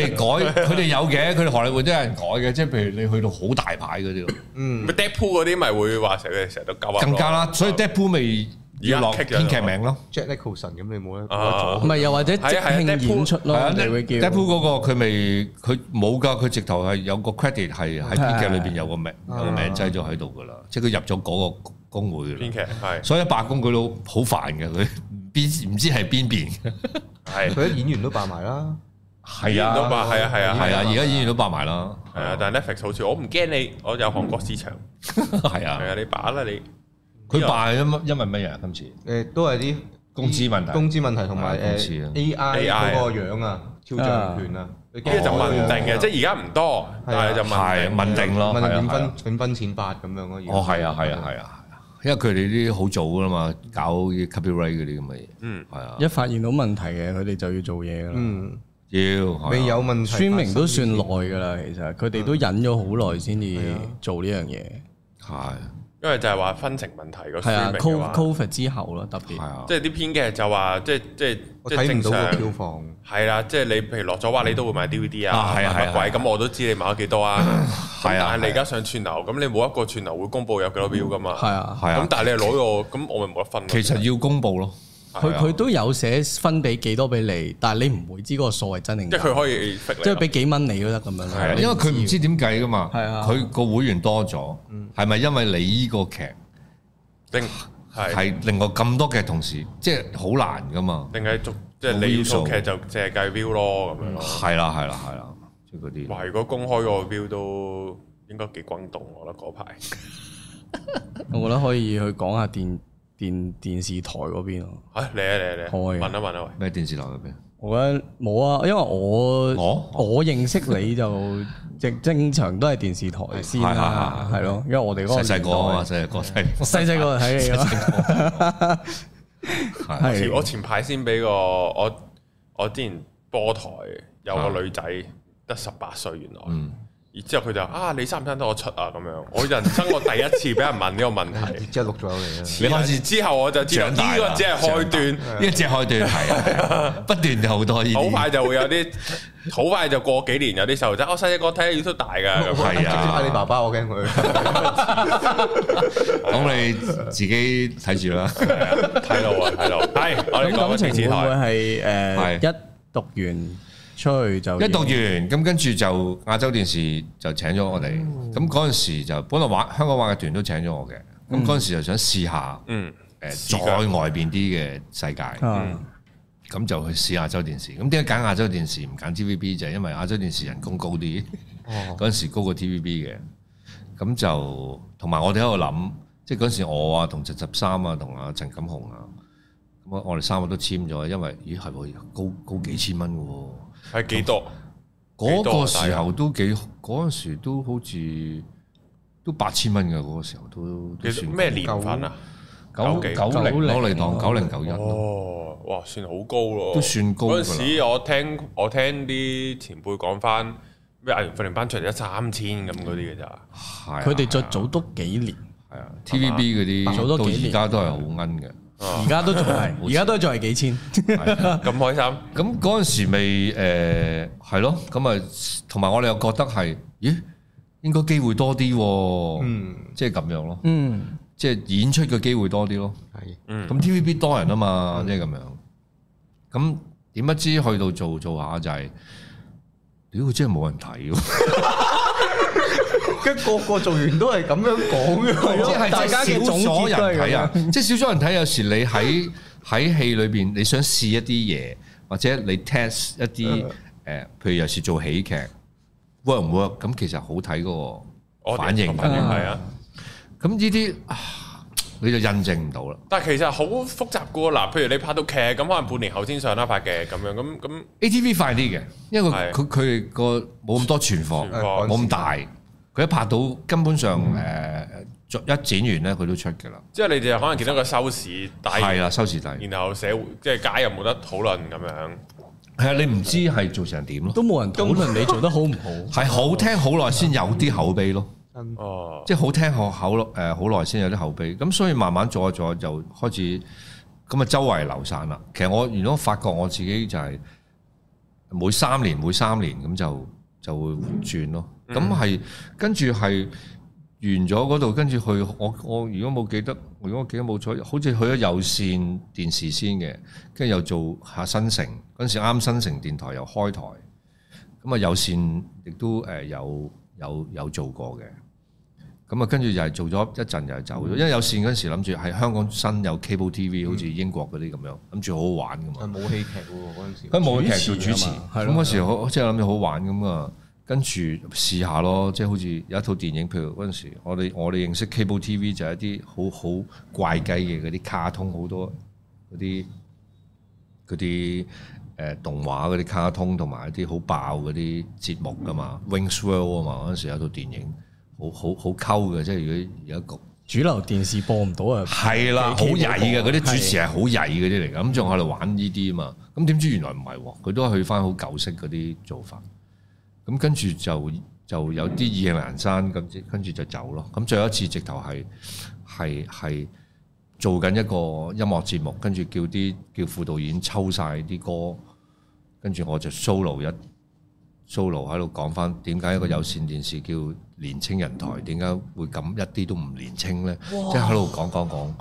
Speaker 3: 改，佢哋有嘅，佢哋荷里活都有人改嘅。即係譬如你去到好大牌嗰啲咯，
Speaker 2: 嗯
Speaker 1: 咪 Deadpool 嗰啲咪會話成日成日都鳩噏咯啊
Speaker 3: 更加啦。所以 Deadpool 咪要落
Speaker 1: 而家 kick 咗
Speaker 3: 編劇名咯。
Speaker 2: Jack Nicholson 咁，你冇得冇得
Speaker 1: 啊
Speaker 4: 唔係又或者即
Speaker 1: 係啊係啊
Speaker 4: 興演出
Speaker 3: 係
Speaker 4: 咯，
Speaker 3: 啊
Speaker 4: 人哋會叫
Speaker 3: Deadpool 嗰個佢未佢冇㗎，佢直頭係有個 credit 係喺編劇裏邊有個名有
Speaker 2: 啊
Speaker 3: 個名擠咗喺度㗎啦，即係佢入咗嗰個工會㗎
Speaker 1: 編
Speaker 3: 啦。
Speaker 1: 劇係
Speaker 3: 所以罷工佢都好煩嘅，佢唔邊唔知係邊邊。
Speaker 1: 啊係
Speaker 2: 做，佢啲演員都扮埋啦。
Speaker 3: 係
Speaker 1: 演到
Speaker 3: 啊，
Speaker 1: 吧係啊係啊
Speaker 3: 係啊，而家演員都罷埋啦。
Speaker 1: 係啊，但係 Netflix 好似我唔驚你，我有韓國市場，
Speaker 3: 係
Speaker 1: 係
Speaker 3: 啊，
Speaker 1: 啊，你把啦你，
Speaker 3: 佢罷因因為乜嘢啊？今次
Speaker 2: 誒呃都係啲
Speaker 3: 工資問題
Speaker 2: 工資問題同埋
Speaker 3: 係工資啊
Speaker 2: 誒 AI 嗰個樣啊，肖像權啊，呢
Speaker 1: 呢就問定嘅，即係而家唔多，但係就問
Speaker 3: 哦係
Speaker 1: 定。
Speaker 3: 問定咯，
Speaker 2: 問
Speaker 3: 係啊
Speaker 2: 點
Speaker 3: 係啊哦
Speaker 2: 分點分錢法咁樣咯。
Speaker 3: 哦，係啊，係啊，係啊，因為佢哋啲好早噶啦嘛，搞啲 copyright 嗰啲咁嘅嘢。
Speaker 1: 嗯，
Speaker 3: 係啊，
Speaker 4: 一發現到問題嘅，佢哋就要做嘢噶啦。
Speaker 2: 嗯，
Speaker 3: 要係啊
Speaker 2: 未有問題。
Speaker 4: 宣明都算耐噶啦，其實佢哋都忍咗好耐先至
Speaker 3: 嗯
Speaker 4: 做呢樣嘢。
Speaker 3: 係啊
Speaker 1: 因為就係話分成問題個
Speaker 4: 係啊
Speaker 1: streaming 嘅話
Speaker 4: ，Covid 之後咯，特
Speaker 3: 係
Speaker 4: 別
Speaker 3: 啊，
Speaker 1: 即係啲編劇就話，即係即係
Speaker 2: 我
Speaker 1: 即係
Speaker 2: 睇
Speaker 1: 正
Speaker 2: 唔到個票
Speaker 1: 常
Speaker 2: 房，
Speaker 1: 係啦，即係你譬如落咗畫，你都會買 DVD 啊
Speaker 3: 啊，係
Speaker 1: 買
Speaker 3: 啊係
Speaker 1: 乜
Speaker 3: 啊
Speaker 1: 鬼咁，我都知你買咗幾多 啊。咁
Speaker 3: 係啊
Speaker 1: 但係你而
Speaker 3: 係
Speaker 1: 家上串流，咁你冇一個串流會公佈有幾多標噶嘛？
Speaker 4: 係啊，
Speaker 3: 係
Speaker 1: 咁
Speaker 3: 啊，
Speaker 1: 但係你攞咗，咁我咪冇得分咯。
Speaker 3: 其實要公佈咯，
Speaker 4: 佢佢都有寫分俾幾多俾你，但係你唔會知嗰個數係真定
Speaker 1: 即係佢
Speaker 4: 假，
Speaker 1: 可以 fit 你
Speaker 4: 即係俾幾蚊你都得咁樣
Speaker 3: 係啊，
Speaker 4: 咯。
Speaker 3: 因為佢唔知點計噶嘛，
Speaker 4: 係啊
Speaker 3: 佢個會員多咗，係咪因為你呢個劇
Speaker 1: 定係
Speaker 3: 係另外咁多嘅同事，即係好難噶嘛？
Speaker 1: 定係逐即係
Speaker 3: 冇
Speaker 1: 你
Speaker 3: view 數嗯
Speaker 1: 套劇就淨係計 view 咯咁樣咯。
Speaker 3: 係啦係啦係啦，即係嗰啲。
Speaker 1: 哇！如果公開嗰個 view 都應該幾轟動，我覺得嗰排。
Speaker 4: 我覺得可以去講下電電電視台嗰邊咯。
Speaker 1: 啊嚟啊嚟啊嚟啊！問
Speaker 4: 開嘅
Speaker 1: 啊問啊
Speaker 3: 咩電視台入邊？
Speaker 4: 我覺得冇啊，因為我
Speaker 3: 我
Speaker 4: 我認識你就 正正常都係電視台先啦，
Speaker 3: 係係係
Speaker 4: 係咯，因為我哋嗰個
Speaker 3: 細細個啊嘛，
Speaker 4: 年代
Speaker 3: 細細個睇。
Speaker 4: 細細個就睇你咯，
Speaker 1: 喂！前我
Speaker 4: 係
Speaker 1: 前排先俾個我我之前波台有個女仔得十八歲，原來。
Speaker 3: 啊嗯，
Speaker 1: 然之後佢就啊，你生唔生得我出啊？咁樣，我人生我第一次俾人問呢個問題。
Speaker 2: 即係錄咗嚟啊啦。
Speaker 3: 你開始
Speaker 1: 之後我就知道
Speaker 3: 長
Speaker 1: 呢
Speaker 3: 大啦
Speaker 1: 個只係開端。
Speaker 3: 一隻開對啊係不斷有好多呢
Speaker 1: 好
Speaker 3: 啲。
Speaker 1: 快就會有啲，好快就過幾年有啲細路仔，我細細個睇 YouTube 大㗎，咁
Speaker 3: 係
Speaker 2: 即刻你
Speaker 3: 啊，
Speaker 2: 爸爸，我驚佢。
Speaker 3: 咁你自己睇 住啦。
Speaker 1: 睇到啊，睇到。 係，我哋
Speaker 4: 咁
Speaker 1: 講
Speaker 4: 感
Speaker 1: 緊電
Speaker 4: 情會
Speaker 1: 視
Speaker 4: 唔會啊
Speaker 1: 台，
Speaker 4: 係誒一讀完出去就
Speaker 3: 一讀完咁跟住就亞洲電視就請咗我哋，
Speaker 1: 嗯
Speaker 3: 咁嗰陣時就本來玩香港話劇團都請咗我嘅，咁嗰陣時就想試下
Speaker 1: 嗯，
Speaker 3: 誒
Speaker 1: 試
Speaker 3: 再
Speaker 1: 下
Speaker 3: 外邊啲嘅世界，
Speaker 4: 啊
Speaker 3: 咁就去試亞洲電視。咁點解揀亞洲電視唔揀 TVB 就係因為亞洲電視人工高啲。
Speaker 2: 哦，
Speaker 3: 嗰陣時高過 TVB 嘅，咁就同埋我哋喺度諗，即係嗰陣時我啊同陳十三啊同阿陳錦雄啊，咁我我哋三個都簽咗，因為咦係喎高高幾千蚊嘅喎，
Speaker 1: 係幾多？幾
Speaker 3: 嗰、
Speaker 1: 多啊
Speaker 3: 個時候都幾嗰陣時都好似都八千蚊嘅嗰個時候都都
Speaker 1: 其實
Speaker 3: 算
Speaker 1: 咩年份啊？
Speaker 3: 九
Speaker 1: 九幾
Speaker 3: 九零
Speaker 4: 九零
Speaker 3: 攞嚟當九零九一咯，
Speaker 1: 哦，哇，算好高咯，
Speaker 3: 都算高㗎
Speaker 1: 嗰
Speaker 3: 啦
Speaker 1: 陣時我聽我聽啲前輩講翻，咩藝員訓練班出嚟得三千咁嗰啲嘅 咋，
Speaker 3: 係啊
Speaker 4: 佢哋再早都幾年，
Speaker 3: 係啊 TVB 嗰
Speaker 4: 早
Speaker 3: 啲
Speaker 4: 多
Speaker 3: 到
Speaker 4: 幾
Speaker 3: 而
Speaker 4: 年
Speaker 3: 家都係好奀嘅。
Speaker 4: 而家都仲係，而家都仲係幾千，
Speaker 1: 咁開心，
Speaker 3: 咁嗰陣時咪誒係咯，咁啊同埋我哋又覺得係，咦應該機會多啲喎，
Speaker 2: 嗯，
Speaker 3: 即係咁樣咯，
Speaker 4: 嗯，
Speaker 3: 即係演出嘅機會多啲咯。
Speaker 2: 係
Speaker 1: 嗯
Speaker 3: 咁 TVB 多人啊嘛，即係咁樣。咁點不知去到做做下就係，屌真係冇人睇喎，
Speaker 2: 跟個個做完都係咁樣講嘅，
Speaker 3: 即係
Speaker 4: 大家嘅
Speaker 3: 少
Speaker 4: 總結都
Speaker 3: 咗
Speaker 4: 係咁樣
Speaker 3: 人睇啊！即係少咗人睇，有時你喺喺戲裏邊你想試一啲嘢，或者你 test 一啲
Speaker 4: 嗯
Speaker 3: 誒、譬如有時做喜劇 work 唔 work，咁其實好睇嗰個
Speaker 1: 我
Speaker 3: 反應
Speaker 1: 反應
Speaker 3: 㗎。
Speaker 1: 係啊。
Speaker 3: 咁呢啲啊你就印證唔到啦。
Speaker 1: 但係其實好複雜噶喎，嗱，譬如你拍到劇咁，可能半年後先上啦拍嘅咁樣，咁咁
Speaker 3: ATV 快啲嘅，因為
Speaker 1: 係
Speaker 3: 佢佢佢哋個冇咁多存貨，
Speaker 1: 存貨嗯
Speaker 3: 冇咁大，佢一拍到根本上誒、作一剪完咧，佢都出嘅啦。
Speaker 1: 之後你哋可能見到個收市
Speaker 3: 係
Speaker 1: 底，
Speaker 3: 啦，收視低。
Speaker 1: 然後社會即係街又冇得討論咁樣，
Speaker 3: 係啊，你唔知係做成點咯。
Speaker 4: 都冇人討論你做得好唔好。
Speaker 3: 係好聽好耐先有啲口碑咯，
Speaker 1: 哦，
Speaker 3: 即係好聽好口咯，誒好耐先有啲口碑，咁所以慢慢做一做就開始咁啊周圍流散啦。其實我原來發覺我自己就係每三年每三年咁就就會轉咯，咁係跟住係完咗嗰度，跟住去我我如果冇記得，如果我記得冇錯，好似去咗有線電視先嘅，跟住又做下新城嗰陣時啱新城電台又開台。咁啊有線亦都誒有有有做過嘅，咁啊跟住又係做咗一陣又走咗，因為有線嗰陣時諗住喺香港新有 cable TV，好似英國嗰啲咁樣，諗住好好玩噶嘛。
Speaker 2: 係冇戲劇喎嗰陣時。
Speaker 3: 佢冇劇做
Speaker 4: 主持
Speaker 3: 主持，
Speaker 4: 啊嘛係
Speaker 3: 咁
Speaker 4: 咯
Speaker 3: 嗰時好即係諗住好玩咁啊，跟住試下咯，即係好似有一套電影，譬如嗰陣時我哋我哋認識 cable TV 就係一啲好好怪雞嘅嗰啲卡通好多嗰啲嗰啲誒動畫嗰啲卡通同埋一啲好爆嗰啲節目噶嘛，Wings World 啊嘛，嗰陣時有一套電影好好好溝嘅，即係如果而家
Speaker 4: 主流電視播唔到啊，
Speaker 3: 係啦，好
Speaker 4: 俾 cable
Speaker 3: 曳嘅嗰啲主
Speaker 4: 係
Speaker 3: 持係好曳嗰啲嚟㗎，咁仲喺度玩呢啲啊嘛，咁點知原來唔係喎，佢都去翻好舊式嗰啲做法，咁跟住就就有啲意興闌珊，咁即跟住就走咯，咁最後一次直頭係係係做緊一個音樂節目，跟住叫啲叫副導演抽晒啲歌，跟住我就 solo 一 solo 喺度講翻點解一個有線電視叫年青人台，點解會咁一啲都唔年青呢？即係喺度講講講。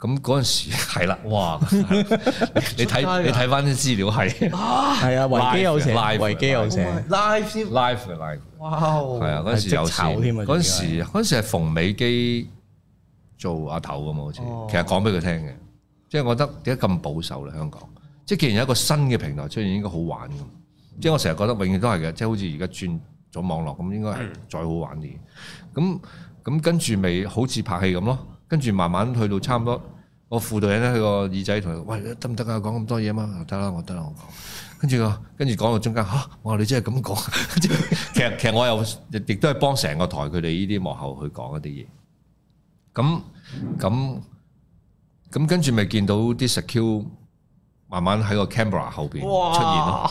Speaker 3: 咁嗰陣時 係啦，哇！你你睇你睇翻啲資料係
Speaker 4: 係啊，維基有寫，
Speaker 3: Live，
Speaker 4: 維基有寫，
Speaker 2: 哦 Oh live 先，
Speaker 3: live 嘅 live，
Speaker 2: 哇！
Speaker 3: 啊
Speaker 2: 哦
Speaker 3: 係啊，嗰陣時
Speaker 4: 哦係即
Speaker 3: 有
Speaker 4: 炒
Speaker 3: 線
Speaker 4: 添啊
Speaker 3: 嗰陣
Speaker 4: 仲
Speaker 3: 時嗰陣時係馮美基做阿頭㗎嘛，好似
Speaker 2: 哦
Speaker 3: 其實講俾佢聽嘅，即係我覺得點解咁保守咧？香港即係既然有一個新嘅平台出現，應該好玩㗎。即係我成日覺得永遠都係嘅，即係好似而家轉咗網絡咁，應該
Speaker 4: 嗯
Speaker 3: 係再好玩啲。咁咁跟住咪好似拍戲咁咯，跟住慢慢去到差唔多，我副導演咧佢個耳仔同佢喂得唔得啊？講咁多嘢嘛，得啦，我得啦，我講。跟住我跟住講到中間嚇、我話你真係咁講， 即係其實其實我又亦都係幫成個台佢哋呢啲幕後去講一啲嘢。咁咁咁跟住咪見到啲 secure 慢慢喺個 camera 後邊出現咯。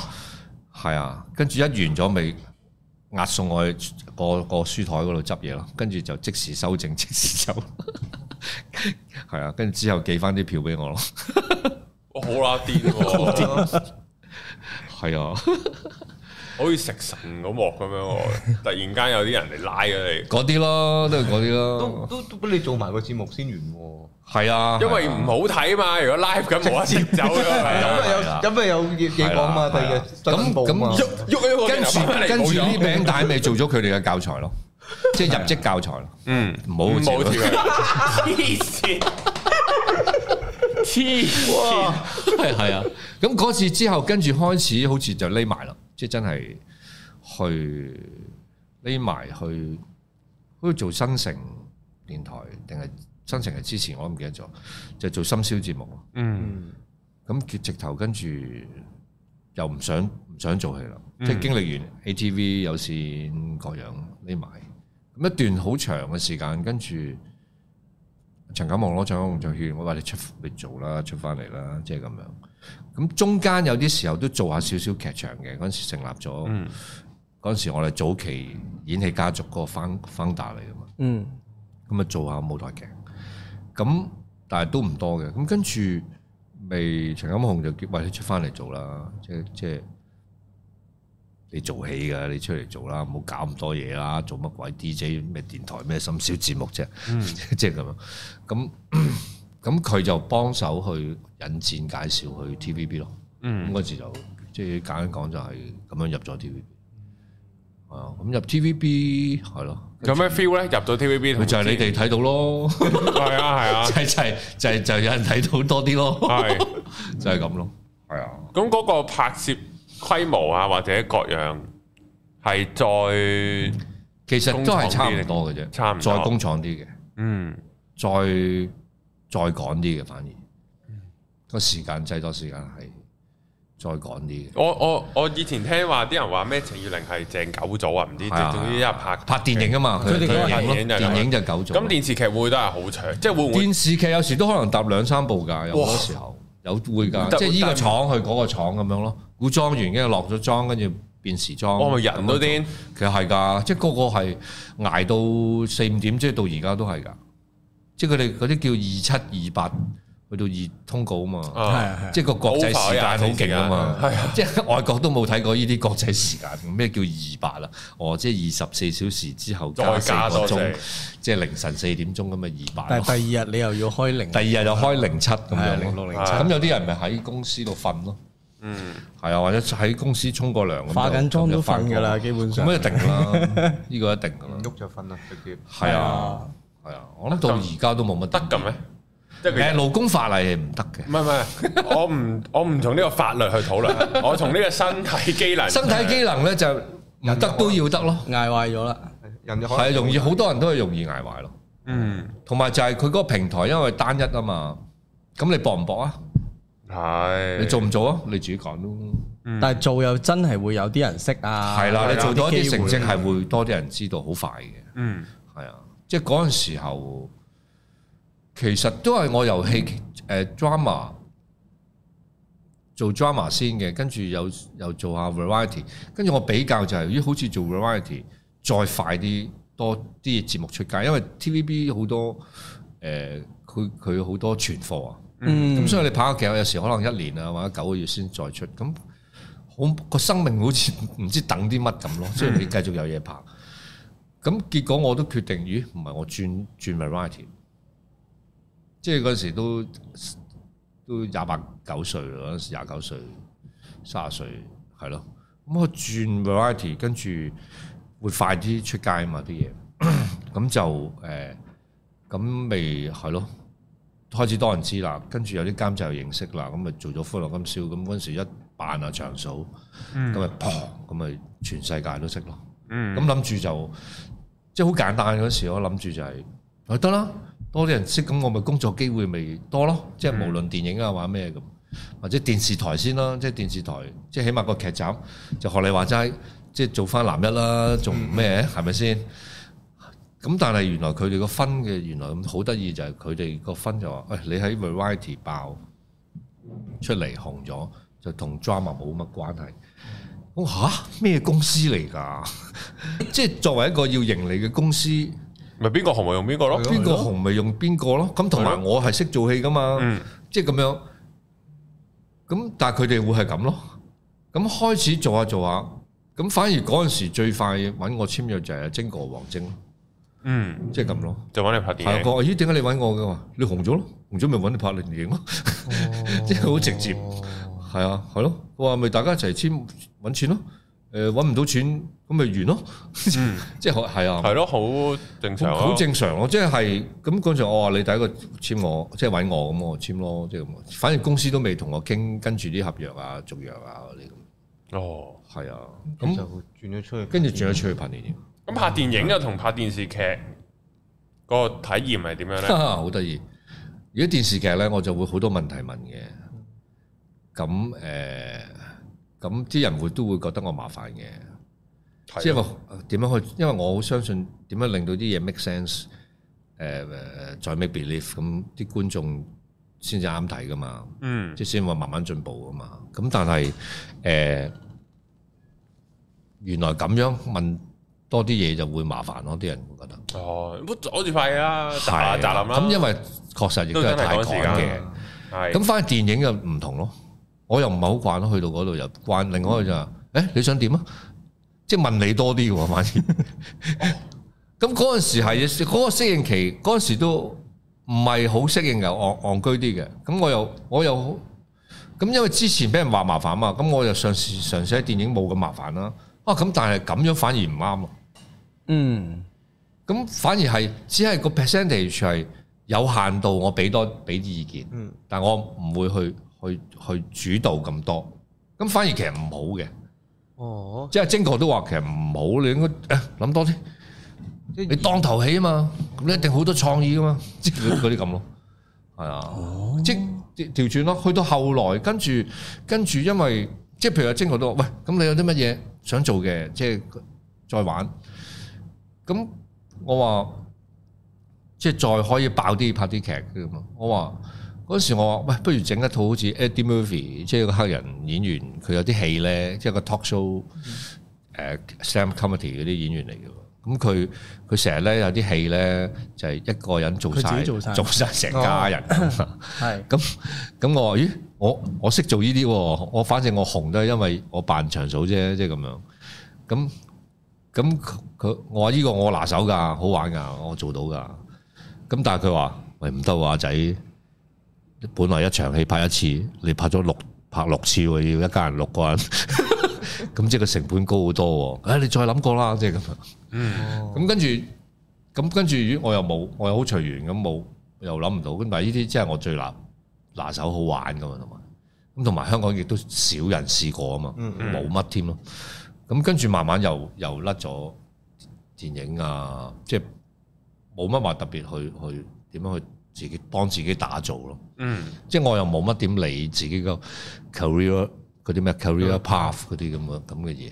Speaker 3: 係啊，跟住一完咗咪押送我去個個書台嗰度執嘢咯，跟住就即時修正， 即時走。係啊，跟住之後寄翻啲票俾我咯。
Speaker 1: 哇哦好啦癲喎，
Speaker 3: 係啊，
Speaker 1: 好似食神嗰幕咁樣喎，突然間有啲人嚟拉 咗你，
Speaker 3: 嗰啲咯，都係嗰啲
Speaker 2: 都
Speaker 3: 咯。
Speaker 2: 都都俾你做埋個節目先完喎。
Speaker 3: 係啊，
Speaker 1: 因為唔好睇嘛，如果 live 咁冇得接走㗎嘛，
Speaker 2: 咁咪有
Speaker 3: 係啊
Speaker 2: 咁咪有嘢嘢講嘛，第
Speaker 3: 係啊
Speaker 2: 二日
Speaker 3: 係啊
Speaker 2: 新報嘛
Speaker 3: 咁
Speaker 1: 喐喐一個
Speaker 3: 跟住跟住呢
Speaker 1: 邊，
Speaker 3: 餅帶咪做咗佢哋嘅教材咯，即係入職教材咯。
Speaker 1: 嗯，
Speaker 3: 唔好
Speaker 1: 唔好
Speaker 3: 跳
Speaker 1: 跳 黐線，黐線，
Speaker 3: 係係啊，咁嗰次之後，跟住開始好似就匿埋啦，即係真係去匿埋去，好似做新城電台定係新城係之前，我都唔記得咗，就做深宵節目。
Speaker 1: 嗯，
Speaker 3: 咁佢直頭跟住又唔想唔想做戲啦，即係經歷完 ATV 有線各樣匿埋，咁一段好長嘅時間，跟住陳錦望攞獎紅就勸我話你出你做啦，出翻嚟啦，即係咁樣。咁中間有啲時候都做下少少劇場嘅，嗰陣時成立咗，嗰
Speaker 1: 嗯
Speaker 3: 陣、時我哋早期演戲家族嗰個 found- founder 嚟噶嘛。
Speaker 4: 嗯，
Speaker 3: 咁啊做下舞台劇，咁但係都唔多嘅。咁跟住咪陳錦鴻就叫喂你出翻嚟做啦，即係即係你做戲㗎，你出嚟做啦，唔好搞咁多嘢啦，做乜鬼 DJ 咩電台咩深宵節目啫， 即係咁樣。咁咁佢就幫手去引薦介紹去 TVB 咯。咁嗰時就即係簡單講就係咁樣入咗 TVB。啊，咁入 TVB 係咯，
Speaker 1: 有咩 feel 咧？入咗 TVB
Speaker 3: 佢
Speaker 1: 同
Speaker 3: 就係你哋睇到咯。
Speaker 1: 係啊係啊啊
Speaker 3: 就係就係就係就有人睇到多啲咯，
Speaker 1: 係。
Speaker 3: 就係咁咯。係啊，
Speaker 1: 咁嗰個拍攝規模啊，或者各樣係再
Speaker 3: 其實都係差唔多嘅啫，
Speaker 1: 差唔多
Speaker 3: 再工廠啲嘅，
Speaker 1: 嗯
Speaker 3: 再再趕啲嘅，反而個時間製作時間係再趕啲嘅。
Speaker 1: 我我我以前聽話啲人話咩程月玲係鄭九組啊，唔知
Speaker 3: 係啊
Speaker 1: 總之一拍
Speaker 3: 拍電影啊嘛，佢
Speaker 4: 佢哋嗰個
Speaker 1: 電
Speaker 3: 電影
Speaker 1: 影就
Speaker 3: 咯
Speaker 1: 係咁
Speaker 3: 電影就九
Speaker 1: 咁
Speaker 3: 組。
Speaker 1: 電視劇會都係好長，即係會唔會
Speaker 3: 電視劇有時都可能搭兩三部㗎，有好
Speaker 1: 哇
Speaker 3: 多時候有會
Speaker 1: 會
Speaker 3: 㗎，
Speaker 1: 得
Speaker 3: 即係呢
Speaker 1: 會
Speaker 3: 個
Speaker 1: 得
Speaker 3: 廠去嗰個廠咁樣咯。古裝完跟住落咗妝，跟住變時裝。
Speaker 1: 哦我咪人都癲？
Speaker 3: 其實係㗎，即係個個係捱到四五點，即係到而家都係㗎。即係佢哋嗰啲叫二七二八去到二通告啊嘛，
Speaker 4: 係
Speaker 1: 啊？
Speaker 4: 啊係啊，
Speaker 3: 即係個國際時間好勁啊嘛。
Speaker 1: 係啊，
Speaker 3: 即係外國都冇睇過呢啲國際時間，咩叫二八啦？哦，即係二十四小時之後
Speaker 1: 再
Speaker 3: 加四
Speaker 1: 加
Speaker 3: 個
Speaker 1: 多
Speaker 3: 鐘
Speaker 1: 隻，，
Speaker 3: 即係凌晨四點鐘咁嘅二八
Speaker 4: 但。係第二日你又要開零，
Speaker 3: Oh。第二日就開零七咁
Speaker 4: 係
Speaker 3: 樣
Speaker 4: 零六零
Speaker 1: 七
Speaker 3: 咁有啲人咪喺公司度瞓咯，
Speaker 1: 嗯，
Speaker 3: 係啊，或者喺公司沖個涼咁就。
Speaker 4: 化緊妝都瞓㗎啦，
Speaker 3: 咁
Speaker 4: 基
Speaker 3: 就
Speaker 4: 本上
Speaker 3: 翻工，咁一定 啦，呢個一定㗎啦
Speaker 2: 唔。喐就瞓啦，直接
Speaker 3: 係啊，係啊，我諗到而家都冇乜
Speaker 1: 得嘅咩？即係佢
Speaker 3: 誒，勞工法例係唔得嘅
Speaker 1: 唔，係唔係，我唔我唔從呢個法律去討論，我從呢個身體機能。
Speaker 3: 身體機能咧就唔得都要得咯，
Speaker 4: 捱壞咗啦，
Speaker 2: 人就可能
Speaker 3: 係容易好多人都係容易捱壞咯。
Speaker 1: 嗯
Speaker 3: 同埋就係佢嗰個平台，因為單一啊嘛，咁你搏唔搏啊？
Speaker 1: 係
Speaker 3: 你做唔做啊？你自己講咯。
Speaker 4: 但係做又真係會有啲人識啊，
Speaker 3: 係啦，你做到一啲
Speaker 4: 機
Speaker 3: 成
Speaker 4: 會
Speaker 3: 績係會多啲人知道，好快嘅。
Speaker 1: 嗯
Speaker 3: 係啊，即係嗰陣時候其實都係我遊戲誒 drama 做 drama 先嘅，跟住又又做下 variety，跟住我比較就係、咦，好似做 variety 再快啲多啲節目出街，因為 TVB 好多誒佢佢好多存貨啊，咁、
Speaker 4: 嗯，
Speaker 3: 所以你拍個劇有時可能一年啊或者九個月先再出，咁好個生命好似唔知等啲乜咁咯，即係你繼續有嘢拍。咁結果我都決定，咦，唔係我轉轉 variety，即係嗰時都都廿八九歲啦，嗰陣時廿九歲、三十歲，係咯。咁我轉 variety，跟住會快啲出街啊嘛啲嘢，咁就誒，呃咁咪係咯，開始多人知啦，跟住有啲監製又認識啦，咁咪做咗《歡樂今宵》，咁嗰陣時一扮啊長嫂，咁咪砰，咁咪全世界都識咯。咁諗住就即係好簡單嗰時，我諗住就係、啊得啦，多啲人識，咁我咪工作機會咪多咯。即係無論電影啊，或者咩咁，或者電視台先啦，即係電視台，即係起碼個劇集就學你話齋，即係做翻男一啦，仲咩係咪先？咁但係原來佢哋個分嘅原來咁好得意就係佢哋個分就話，喂、你喺 Variety 爆出嚟紅咗，就同 drama 冇乜關係。我話吓咩公司 嚟㗎？即係作為一個要盈利嘅公司，
Speaker 1: 咪邊個紅咪用邊個咯？
Speaker 3: 邊個紅咪用邊個咯？咁同埋我係識做戲㗎嘛，
Speaker 1: 嗯
Speaker 3: 即係咁樣。咁但係佢哋會係咁咯。咁開始做下做下，咁反而嗰陣時最快揾我簽約就係阿晶哥王晶咯，
Speaker 1: 嗯，
Speaker 3: 即係咁咯。
Speaker 1: 就揾你拍電
Speaker 3: 係
Speaker 1: 影。
Speaker 3: 佢話：咦，點解你揾我嘅嘛？你紅咗咯，紅咗咪揾你拍電影咯， 即係好直接。係啊，係咯。佢話咪大家一齊簽揾錢咯。誒揾唔到錢咁咪完咯。 即係係啊，
Speaker 1: 嗯係咯，好正常啊
Speaker 3: 好正常咯。即係咁嗰陣時，我話你第一個簽我，即係揾我咁我簽咯，即係咁。反正公司都未同我傾，跟住啲合約啊、續約啊嗰啲咁。
Speaker 1: 哦。
Speaker 3: 係啊，
Speaker 2: 咁就
Speaker 3: 咁
Speaker 2: 轉咗出去，
Speaker 3: 跟住轉咗出去拍電影，
Speaker 1: 咁拍電影啊，同拍電視劇個體驗係點樣咧？
Speaker 3: 好得意。如果電視劇咧，我就會好多問題問嘅。咁誒，呃咁、啲人會都會覺得我麻煩嘅，即係
Speaker 1: 係啊
Speaker 3: 我呃點樣去？因為我好相信點樣令到啲嘢 make sense，誒、呃、誒再 make believe，咁啲觀眾先至啱睇噶嘛。
Speaker 1: 嗯
Speaker 3: 即係先話慢慢進步啊嘛。咁但係誒、呃原來咁樣問多啲嘢就會麻煩咯，啲人會覺得
Speaker 1: 哦，咁阻住肺啦，砸砸啊冧啦。
Speaker 3: 啊咁因為確實亦都係太
Speaker 1: 都真係
Speaker 3: 趕
Speaker 1: 趕時
Speaker 3: 嘅
Speaker 1: 間。係
Speaker 3: 咁反而電影又唔同咯，我又唔係好慣咯，去到嗰度又慣。另外就誒、欸你想點啊？即係問你多啲喎，反而。咁嗰陣時係嗰、個適應期，嗰陣時都唔係好適應嘅，戇戇居啲嘅。咁我又我又好咁，因為之前俾人話麻煩嘛，咁我又嘗試嘗試喺電影冇咁麻煩啦。啊，咁但係咁樣反而唔啱咯。
Speaker 4: 嗯，
Speaker 3: 咁反而係只係個 percentage 係有限度，我俾多俾啲意見，
Speaker 2: 嗯
Speaker 3: 但我唔會去去去主導咁多。咁反而其實唔好嘅，
Speaker 2: 哦，
Speaker 3: 即係晶哥都話其實唔好，你應該 誒諗多啲。
Speaker 2: 即係
Speaker 3: 你當頭起啊嘛，咁你一定好多創意噶嘛， 即係嗰嗰啲咁咯，係啊，即係調調轉咯。去到後來，跟住跟住，因為即係譬如阿晶哥都話：喂，咁你有啲乜嘢想做嘅，即係再玩。咁我話即係再可以爆啲拍啲劇嘅嘛。我話嗰時我話：喂，不如整一套好似 Eddie Murphy，即係個黑人演員，佢有啲戲咧，即係個 talk show。誒 stand comedy 嗰啲演員嚟嘅喎，咁佢佢成日咧有啲戲咧就係、一個人做
Speaker 4: 佢自
Speaker 3: 晒，
Speaker 4: 己做晒哦
Speaker 3: 做晒成家人咁啊。
Speaker 4: 係
Speaker 3: 咁咁我話咦，我我識做呢啲喎，我反正我紅都係因為我扮長嫂啫，即係咁樣。咁咁佢佢我話呢個我拿手㗎，好玩㗎，我做到㗎。咁但係佢話喂唔得喎，阿仔，本來一場戲拍一次，你拍咗六拍六次喎，要一家人六個人。 咁即係個成本高好多喎、啊！你再諗過啦，即係咁樣。嗯，咁跟住，咁跟住，咦我又冇，我又好隨緣咁冇，又諗唔到。咁但係呢啲即係我最拿拿手好玩噶嘛，同埋咁同埋香港亦都少人試過啊嘛，冇乜添咯。咁跟住慢慢又又甩咗電影啊，即係冇乜話特別去去點樣去自己幫自己打造咯。
Speaker 1: 嗯
Speaker 3: 即係我又冇乜點理自己個 career 嗰啲咩 career path 嗰啲咁嘅咁嘅嘢，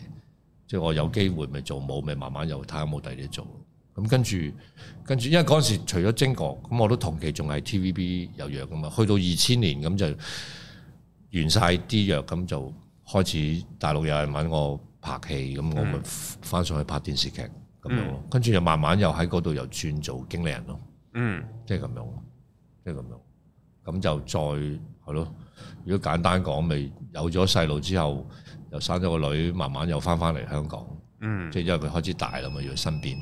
Speaker 3: 即係我有機會咪做，冇咪慢慢又睇下有冇第二啲做。咁跟住跟住，因為嗰陣時除咗精國，咁我都同期仲係 TVB 有約噶嘛，去到二千年咁就完晒啲約，咁就開始大陸有人揾我拍戲，咁我咪翻上去拍電視劇咁樣咯。跟住又慢慢又喺嗰度又轉做經理人咯。
Speaker 1: 嗯，
Speaker 3: 即係咁樣，即係咁樣，咁就再係咯。如果簡單講，咪有咗細路之後，又生咗個女，慢慢又翻翻嚟香港，
Speaker 1: 嗯，
Speaker 3: 即係因為佢開始大啦嘛，要佢身邊。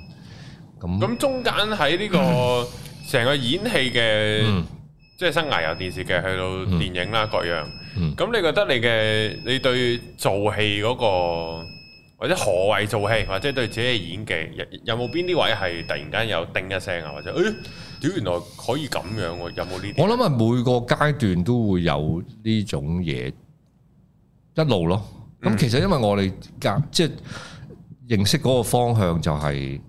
Speaker 3: 咁
Speaker 1: 咁中間喺呢個成個演戲嘅
Speaker 3: 嗯，
Speaker 1: 即係生涯由電視劇去到電影啦各樣，
Speaker 3: 嗯
Speaker 1: 咁你覺得你嘅你對做戲嗰個或者何謂做戲，或者對自己嘅演技有有冇邊啲位係突然間有叮一聲啊，或者誒屌原來可以咁樣喎，有冇呢啲？
Speaker 3: 我諗係啊每個階段都會有呢種嘢一路咯。
Speaker 1: 嗯
Speaker 3: 咁其實因為我哋夾即係認識嗰個方向就係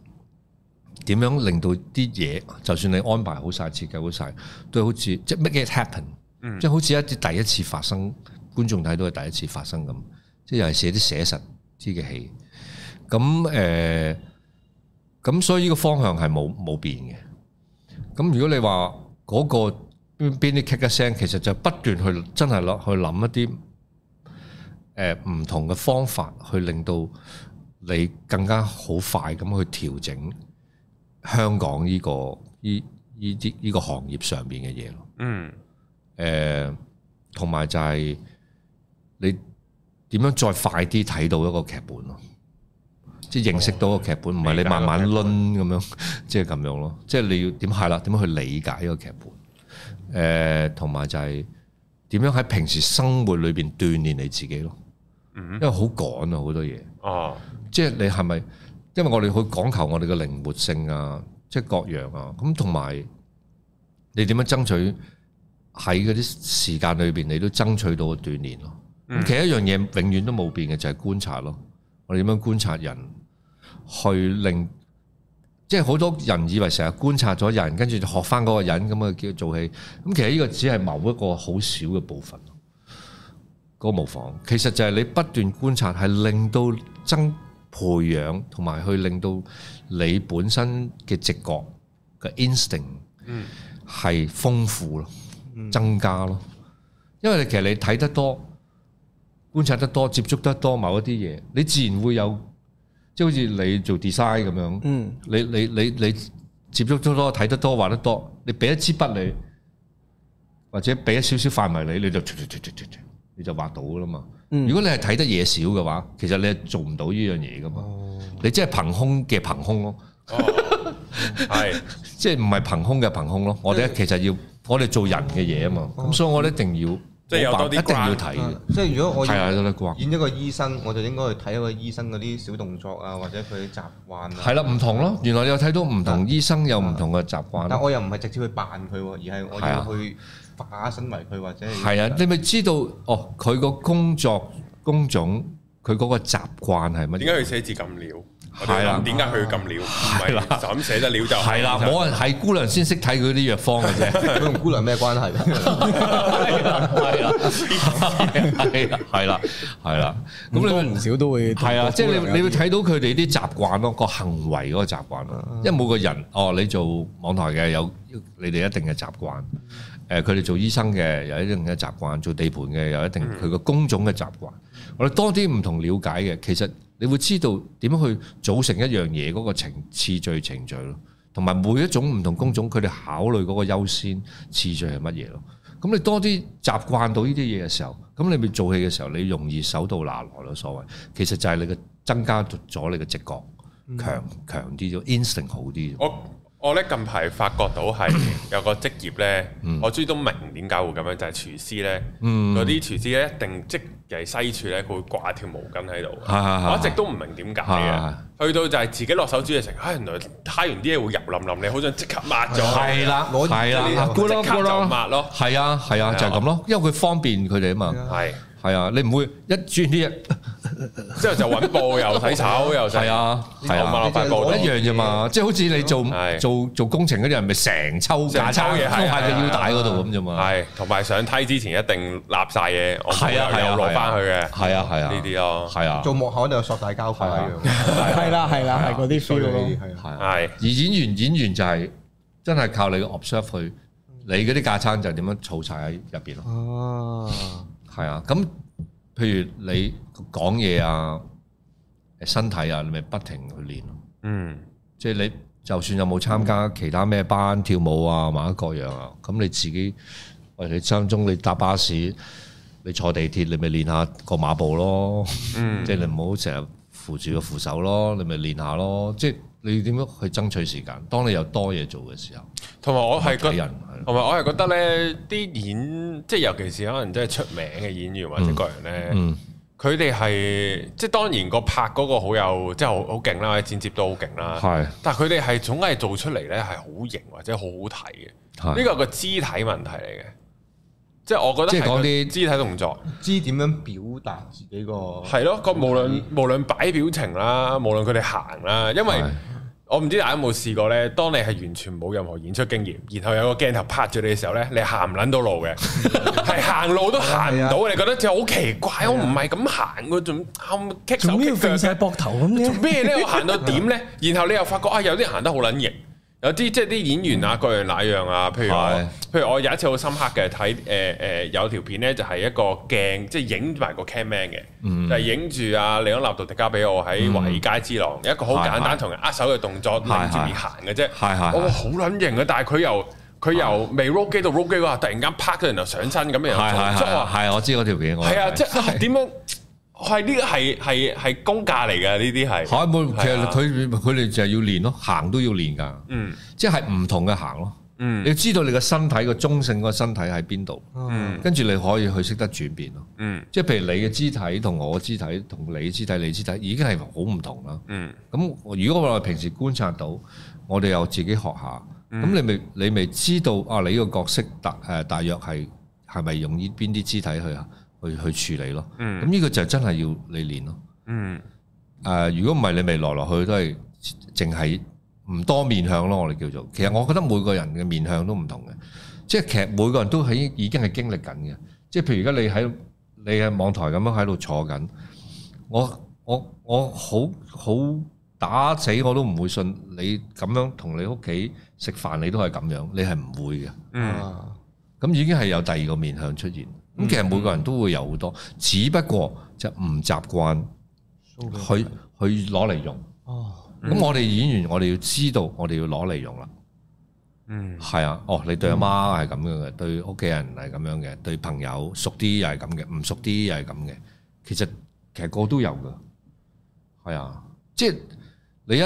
Speaker 3: 點樣令到啲嘢，就算你安排好晒、設計好晒，都好似即係 make it happen。
Speaker 1: 嗯
Speaker 3: 即係好似一啲第一次發生，觀眾睇到係第一次發生咁，即係尤其是啲寫實啲嘅戲。咁誒，呃咁、所以呢個方向係冇冇變嘅。咁如果你話嗰、個邊邊啲咳一聲，其實就不斷去真係落去諗一啲誒唔同嘅方法，去令到你更加好快咁去調整香港呢、個依依啲呢個行業上邊嘅嘢咯。
Speaker 1: 嗯
Speaker 3: 誒，呃同埋就係你點樣再快啲睇到一個劇本咯，即係認識到個劇本，唔係你慢慢攆咁樣， 即係咁樣咯。即係你要點係啦？點樣去理解呢個劇本？誒，同埋就係點樣喺平時生活裏邊鍛鍊你自己咯。因為好趕啊，好多嘢。
Speaker 1: 哦
Speaker 3: 即係你係咪？因為我哋好講求我哋嘅靈活性啊，即係各樣啊，咁同埋你點樣爭取喺嗰啲時間裏邊，你都爭取到個鍛鍊咯。咁其實一樣嘢永遠都冇變嘅，就係、觀察咯。我哋點樣觀察人，去令即係好多人以為成日觀察咗人，跟住就學翻嗰個人咁啊叫做戲。咁其實呢個只係某一個好少嘅部分。嗰個模仿，其實就係你不斷觀察，係令到增培養，同埋去令到你本身嘅直覺嘅 instinct
Speaker 1: 嗯
Speaker 3: 係豐富咯，增加咯。因為你其實你睇得多、觀察得多、接觸得多某一啲嘢，你自然會有，即係好似你做 design 咁樣，
Speaker 4: 嗯
Speaker 3: 你你你你接觸得多、睇得多、畫得多，你俾一支筆你，或者俾一少少範圍你，你就你就畫到噶啦嘛。
Speaker 2: 嗯
Speaker 3: 如果你係睇得嘢少嘅話，其實你係做唔到呢樣嘢噶嘛。
Speaker 2: 哦
Speaker 3: 你即係憑空嘅憑空咯，
Speaker 1: 係
Speaker 3: 即係唔係憑空嘅憑空咯。我哋其實要我哋做人嘅嘢啊嘛，
Speaker 2: 哦
Speaker 3: 咁所以我哋一定要
Speaker 1: 即係有多啲
Speaker 3: 一定要
Speaker 1: ground
Speaker 3: 睇
Speaker 2: 啊
Speaker 3: 嘅，
Speaker 2: 即係如果我
Speaker 3: 係啊，
Speaker 2: 要
Speaker 3: 有得啩。
Speaker 2: 演一個醫生，我就應該去睇一個醫生嗰啲小動作啊，或者佢啲習慣啊。
Speaker 3: 嗯係啦，唔同咯。原來你有睇到唔同醫生有唔同嘅習慣
Speaker 2: 但
Speaker 3: 咯。
Speaker 2: 我又唔係直接去扮佢喎，而係我
Speaker 3: 係啊
Speaker 2: 要去化身為佢或者
Speaker 3: 係啊，你咪知道哦，佢個工作工種，佢嗰個習慣係乜嘢
Speaker 1: 點？解佢寫字咁潦？我
Speaker 3: 係
Speaker 1: 哋
Speaker 3: 啦
Speaker 1: 諗點解佢咁潦？唔係
Speaker 3: 啦
Speaker 1: 就咁寫得潦就
Speaker 3: 係啦，冇人係姑娘先識睇佢啲藥方嘅啫。
Speaker 2: 佢同姑娘咩關 係？
Speaker 3: 係啦，係啦，係啦，係啦，係啦。
Speaker 4: 咁
Speaker 3: 咁
Speaker 4: 多
Speaker 3: 你
Speaker 4: 唔少都會
Speaker 3: 係啊，即係你你會
Speaker 4: 會
Speaker 3: 睇到佢哋啲習慣咯，個行為嗰個習慣
Speaker 4: 啊
Speaker 3: 咯。因為每個人，哦，你做網台嘅有你哋一定嘅習慣，誒，佢哋做醫生嘅有一定嘅習慣，做地盤嘅有一定
Speaker 4: 嗯
Speaker 3: 佢個工種嘅習慣。我哋多啲唔同了解嘅，其實你會知道點樣去組成一樣嘢嗰個程次序程序咯，同埋每一種唔同工種佢哋考慮嗰個優先次序係乜嘢咯。咁你多啲習慣到呢啲嘢嘅時候，咁你咪做戲嘅時候，你容易手到拿來咯。所謂其實就係你嘅增加咗你嘅直覺強強啲咗，instinct 好啲咗。
Speaker 1: 我我咧近排發覺到 係有個職業咧，
Speaker 3: 嗯
Speaker 1: 我終於都明點解會咁樣，就係、廚師咧，嗰啲、廚師咧一定即係西廚咧，佢會掛條毛巾喺度。啊
Speaker 3: 係係係
Speaker 1: 我一直都唔明點解嘅
Speaker 3: 係，
Speaker 1: 去到就係自己落手煮嘢食，唉、原來揩完啲嘢會油淋淋，你好想即刻抹咗，
Speaker 3: 係啦，
Speaker 2: 攞
Speaker 3: 係啦，
Speaker 2: 即
Speaker 1: 刻就抹咯
Speaker 3: 係啊，係啊，就係咁咯，因為佢方便佢哋啊嘛，
Speaker 1: 係
Speaker 3: 係啊，你唔會一轉啲嘢
Speaker 1: 之後就揾報又睇炒又
Speaker 3: 係，啊，係
Speaker 1: 我
Speaker 3: 啊
Speaker 1: 問。落塊報
Speaker 2: 你就係
Speaker 1: 度
Speaker 3: 一。樣啫嘛，即係好似你做
Speaker 1: 係
Speaker 3: 做做工程嗰啲人，咪成抽架
Speaker 1: 成抽
Speaker 3: 撐
Speaker 1: 嘢係
Speaker 3: 都喺
Speaker 1: 係
Speaker 3: 個腰帶嗰度咁啫嘛。
Speaker 1: 係，同埋上梯之前一定立晒嘢，我
Speaker 3: 係啊
Speaker 1: 冇理由
Speaker 3: 係啊
Speaker 1: 又攞翻去嘅，
Speaker 3: 係啊係啊
Speaker 1: 呢啲咯，
Speaker 3: 係啊，
Speaker 2: 做幕後一定有索大交法一樣，
Speaker 4: 係啦係啦係嗰啲
Speaker 2: 所以
Speaker 4: feel 咯。
Speaker 2: 呢啲係啊
Speaker 3: 係啊。
Speaker 1: 係
Speaker 3: 而演員演員就係真係靠你嘅 observe 去，你嗰啲架撐就點樣儲晒喺入邊咯。
Speaker 2: 啊，
Speaker 3: 係啊，咁譬如你講嘢啊、誒身體啊，你咪不停去練咯。
Speaker 1: 嗯
Speaker 3: 即係你就算有冇參加其他咩班跳舞啊或者各樣啊，咁你自己，喂你當中你搭巴士，你坐地鐵，你咪練下個馬步咯。
Speaker 1: 嗯
Speaker 3: 即係你唔好成日扶住個扶手咯，你咪練下咯。即係你點樣去爭取時間？當你有多嘢做嘅時候，
Speaker 1: 同埋我係
Speaker 3: 睇
Speaker 1: 覺，
Speaker 3: 人係咯
Speaker 1: 同埋我係覺得咧，啲演即係尤其是可能真係出名嘅演員或者個人咧，
Speaker 3: 嗯
Speaker 1: 佢哋係即係當然個拍嗰個好有即係好好勁啦，剪接都好勁啦，
Speaker 3: 係
Speaker 1: 但係佢哋係總係做出嚟咧係好型或者好好睇嘅，
Speaker 3: 係
Speaker 1: 呢個係個肢體問題嚟嘅，即係我覺得
Speaker 3: 即係
Speaker 1: 係
Speaker 3: 講
Speaker 1: 個
Speaker 3: 啲
Speaker 1: 肢體動作。
Speaker 2: 知點樣表達自己個
Speaker 1: 係咯，個無論無論擺表情啦，無論佢哋行啦，因為
Speaker 3: 係
Speaker 1: 我唔知大家有冇試過咧，當你係完全冇任何演出經驗，然後有個鏡頭拍住你嘅時候咧，你行唔撚到路嘅，係行路都行唔到，你覺得就好奇怪，我唔係咁行嘅，仲啱棘手
Speaker 4: 做咩要揈
Speaker 1: 棘腳
Speaker 4: 晒膊頭咁
Speaker 1: 做
Speaker 4: 嘅？
Speaker 1: 咩咧？我行到點咧？然後你又發覺啊，有啲人行得好撚型，有啲即係啲演員啊，各樣那樣啊。譬如我，譬如我有一次好深刻嘅睇誒誒有條片咧，就係一個鏡，即係影埋個 cam man 嘅，
Speaker 3: 嗯
Speaker 1: 就係影住啊李安納度迪加比奧喺華爾街之狼，有一個好簡單同人握手嘅動作，拎住面行嘅啫。
Speaker 3: 係係係
Speaker 1: 我話好撚型啊！但係佢又佢又未 roll 機到 roll 機嗰下，突然間啪咗，然後上身咁樣又
Speaker 3: 係
Speaker 1: 做，即係我
Speaker 3: 係
Speaker 1: 話
Speaker 3: 係，我知嗰條片。我
Speaker 1: 係啊，
Speaker 3: 睇
Speaker 1: 即係點樣？係呢個係係係公價嚟嘅呢啲係。
Speaker 3: 海本其
Speaker 1: 係
Speaker 3: 實
Speaker 1: 啊
Speaker 3: 佢佢哋就係要練咯，行都要練㗎，
Speaker 1: 嗯
Speaker 3: 即係唔同嘅行咯。
Speaker 1: 嗯
Speaker 3: 你要知道你個身體個中性個身體喺邊度，
Speaker 1: 嗯
Speaker 3: 跟住你可以去識得轉變咯。
Speaker 1: 嗯
Speaker 3: 即係譬如你嘅肢體同我肢體同你肢體你肢體已經係好唔同啦。
Speaker 1: 嗯
Speaker 3: 咁如果我哋平時觀察到，我哋又自己學下，
Speaker 1: 嗯
Speaker 3: 咁你咪你咪知道啊？你個角色大誒大約係係咪用呢邊啲肢體去去去處理咯？
Speaker 1: 嗯
Speaker 3: 咁呢個就真係要你練咯。
Speaker 1: 嗯
Speaker 3: 誒、呃如果唔係你咪來來去去都係淨係唔多面向咯，我哋叫做。其實我覺得每個人嘅面向都唔同嘅，即係其實每個人都喺已經係經歷緊嘅。即係譬如而家你喺你喺網台咁樣喺度坐緊，我我我好好打死我都唔會信你咁樣同你屋企食飯你都係咁樣，你係唔會嘅。
Speaker 1: 嗯
Speaker 2: 啊
Speaker 3: 咁已經係有第二個面向出現。咁其實每個人都會有好多，只不過就唔習慣
Speaker 2: ，show 嘅
Speaker 3: 去去攞嚟用。
Speaker 2: 哦，
Speaker 3: 咁我哋演員，我哋要知道，我哋要攞嚟用啦。
Speaker 1: 嗯
Speaker 3: 係啊，哦，你對阿媽係咁樣嘅，對屋企人係咁樣嘅，對朋友熟啲又係咁嘅，唔熟啲又係咁嘅。其實其實個都有噶，係啊，即係你一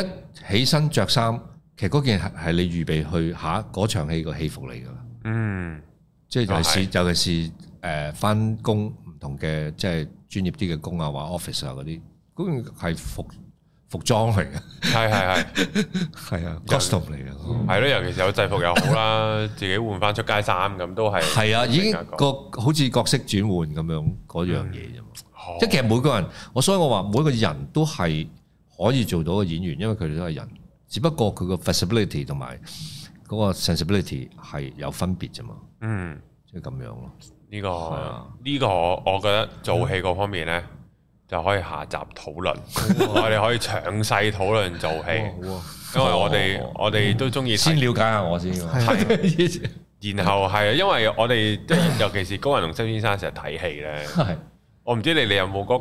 Speaker 3: 起身着衫，其實嗰件係係你預備去下嗰場戲個戲服嚟噶啦。
Speaker 1: 嗯
Speaker 3: 即係尤其
Speaker 1: 啊
Speaker 3: 是尤其是誒翻工唔同嘅即係專業啲嘅工啊，或 office 啊嗰啲，嗰件係服服裝嚟嘅，
Speaker 1: 係係係
Speaker 3: 係啊，costume 嚟嘅。
Speaker 1: 係咯，尤其是有制服又好啦，自己換翻出街衫咁都係
Speaker 3: 係啊，已經
Speaker 1: 另一個
Speaker 3: 個好似角色轉換咁樣嗰樣嘢啫嘛。
Speaker 1: 哦
Speaker 3: 即係其實每個人，我所以我話每個人都係可以做到嘅演員，因為佢哋都係人，只不過佢個 flexibility 同埋嗰個 sensibility 係有分別啫嘛，
Speaker 1: 嗯
Speaker 3: 即係咁樣咯。
Speaker 1: 呢個
Speaker 3: 啊
Speaker 1: 呢個我我覺得做戲嗰方面咧就可以下集討論，
Speaker 3: 啊
Speaker 1: 我哋可以詳細討論做戲，因
Speaker 2: 好啊，
Speaker 1: 為我哋我哋都中意睇
Speaker 3: 先了解下我先喎。係
Speaker 1: 然後係，因為我哋即係尤其是高人同周先生成日睇戲咧，
Speaker 3: 係
Speaker 1: 我唔知你哋有冇嗰、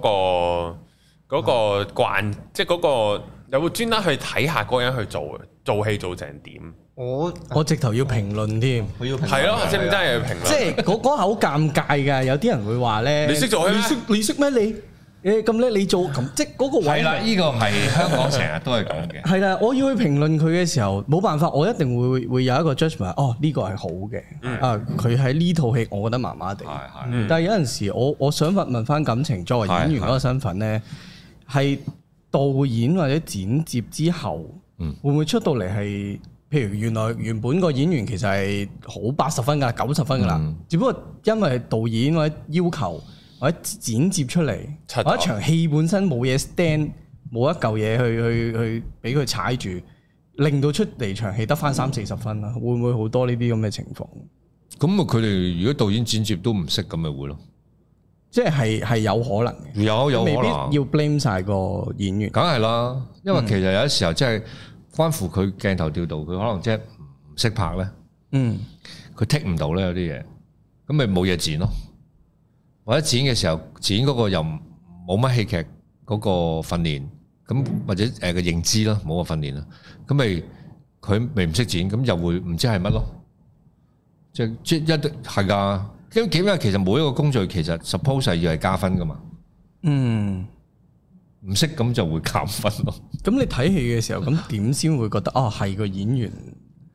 Speaker 1: 個嗰、個慣，即係嗰、個有冇專登去睇下嗰個人去做做戲做成點？
Speaker 2: 我
Speaker 4: 我直頭要評論添。
Speaker 2: 佢要評論啊
Speaker 1: 係咯，即係真
Speaker 2: 係
Speaker 1: 係評
Speaker 4: 即
Speaker 1: 論。
Speaker 4: 係嗰嗰下好尷尬㗎，有啲人會話咧，
Speaker 1: 你識做咩
Speaker 4: 你識你識咩你？誒咁叻你做咁，即係嗰個位
Speaker 3: 係啦，
Speaker 4: 係
Speaker 3: 呢個係香港成日都係咁嘅。
Speaker 4: 係啦。我要去評論佢嘅時候，冇辦法，我一定會會有一個 judgment。哦，呢個係好嘅，啊佢喺呢套戲我覺得麻麻地。
Speaker 3: 係係。
Speaker 1: 嗯
Speaker 4: 但係有陣時，我我想問問翻感情，作為演員嗰個身份咧，係導演或者剪接之後，
Speaker 3: 嗯
Speaker 4: 會唔會出到嚟係？譬如原來原本個演員其實係好八十分㗎，九十分㗎啦，
Speaker 3: 嗯
Speaker 4: 只不過因為導演或者要求或者剪接出嚟，
Speaker 1: 拆咗
Speaker 4: 或者場戲本身冇嘢 stand，冇一嚿嘢去去去俾佢踩住，令到出嚟場戲得翻三四十分啦，會唔會好多呢啲咁嘅情況？
Speaker 3: 咁啊，佢哋如果導演剪接都唔識，咁咪會咯。
Speaker 4: 即係係有可能嘅，
Speaker 3: 有有可
Speaker 4: 未必
Speaker 3: 能。
Speaker 4: 要嗯 blame 晒個演員。
Speaker 3: 梗係啦，因為其實有啲時候真係關乎佢鏡頭調度，佢可能真係唔識拍咧，
Speaker 4: 嗯，
Speaker 3: 佢剔唔到咧有啲嘢，咁咪冇嘢剪咯。或者剪嘅時候，剪嗰個又唔冇乜戲劇嗰個訓練，咁或者誒個認知啦，冇個訓練啦，咁咪佢咪唔識剪，咁又會唔知係乜咯。即係即係一定係㗎，因為因為其實每一個工序其實 suppose 係要係加分㗎嘛，
Speaker 4: 嗯，
Speaker 3: 唔識咁就會減分咯。
Speaker 4: 咁你睇戲嘅時候，咁點先會覺得啊係個演員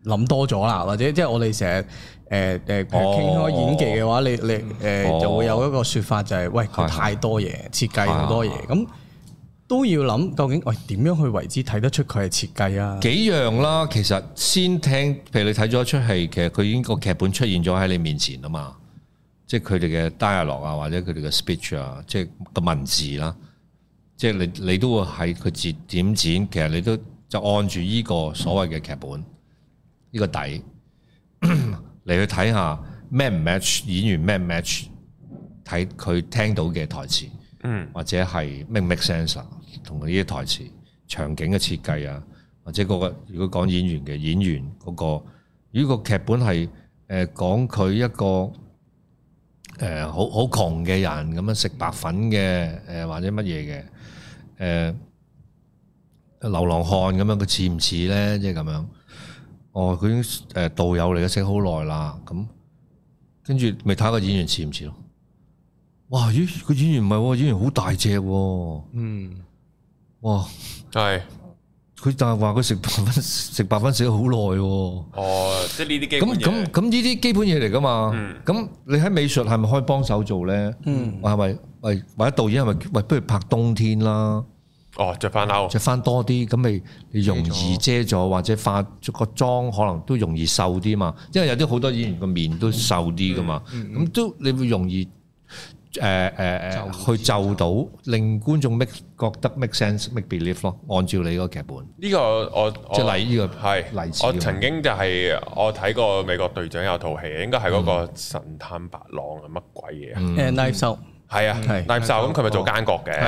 Speaker 4: 諗多咗啦，或者即係我哋成日誒誒傾開演技嘅話，你你誒
Speaker 3: 哦
Speaker 4: 就會有一個説法就係、喂佢
Speaker 3: 係
Speaker 4: 太多嘢設計好多嘢，咁都要諗究竟喂點樣去為之睇得出佢係設計啊？
Speaker 3: 幾樣啦，其實先聽，譬如你睇咗一出戲，其實佢已經個劇本出現咗喺你面前啊嘛，即係佢哋嘅 dialog 啊，或者佢哋嘅 speech 啊，即係個文字啦，即係你你都會喺佢字點剪，其實你都就按住呢個所謂嘅劇本呢、個底 嚟去睇下 match 唔 match 演員 match 唔 match 睇佢聽到嘅台詞。
Speaker 1: 嗯，
Speaker 3: 或者係 make 唔 make sense 啊同佢呢啲台詞、場景嘅設計啊，或者嗰、個如果講演員嘅演員嗰、個，如果個劇本係誒、呃、講佢一個誒、呃好好窮嘅人咁樣食白粉嘅誒、呃或者乜嘢嘅誒流浪漢咁樣，佢似唔似咧？即係咁樣。哦，佢已經誒導遊嚟嘅，識好耐啦。咁跟住咪睇下個演員似唔似咯？哇！咦，個演員唔係喎，演員好大隻喎。
Speaker 2: 嗯，
Speaker 3: 哇！
Speaker 1: 係，
Speaker 3: 佢但係話佢食白粉 食白粉食咗好耐喎。
Speaker 1: 哦，即係呢啲基本
Speaker 3: 咁咁
Speaker 1: 嘢，
Speaker 3: 咁呢啲基本嘢嚟噶嘛
Speaker 1: 嗯？
Speaker 3: 咁、你喺美術係咪可以幫手做咧？
Speaker 4: 嗯，
Speaker 3: 係咪？喂，或者導演係咪喂，不如拍冬天啦，
Speaker 1: 哦，着翻褸，
Speaker 3: 着翻多啲，咁咪你容易遮咗，或者化個妝可能都容易瘦啲嘛。因為有啲好多演員個面都瘦啲噶嘛，咁、都你會容易誒誒誒去就到，令觀眾 make 覺得 make sense make believe 咯，按照你個劇本。
Speaker 1: 呢個我我
Speaker 3: 即係例呢個
Speaker 1: 哦係
Speaker 3: 例子
Speaker 1: 我
Speaker 3: 咁
Speaker 1: 曾經就係我睇過美國隊長有套戲，應該係嗰個神探白狼啊乜鬼嘢啊？
Speaker 4: 誒 knife 手
Speaker 1: 係啊，
Speaker 4: 係
Speaker 1: 大秀咁佢咪做奸角嘅。
Speaker 4: 嗯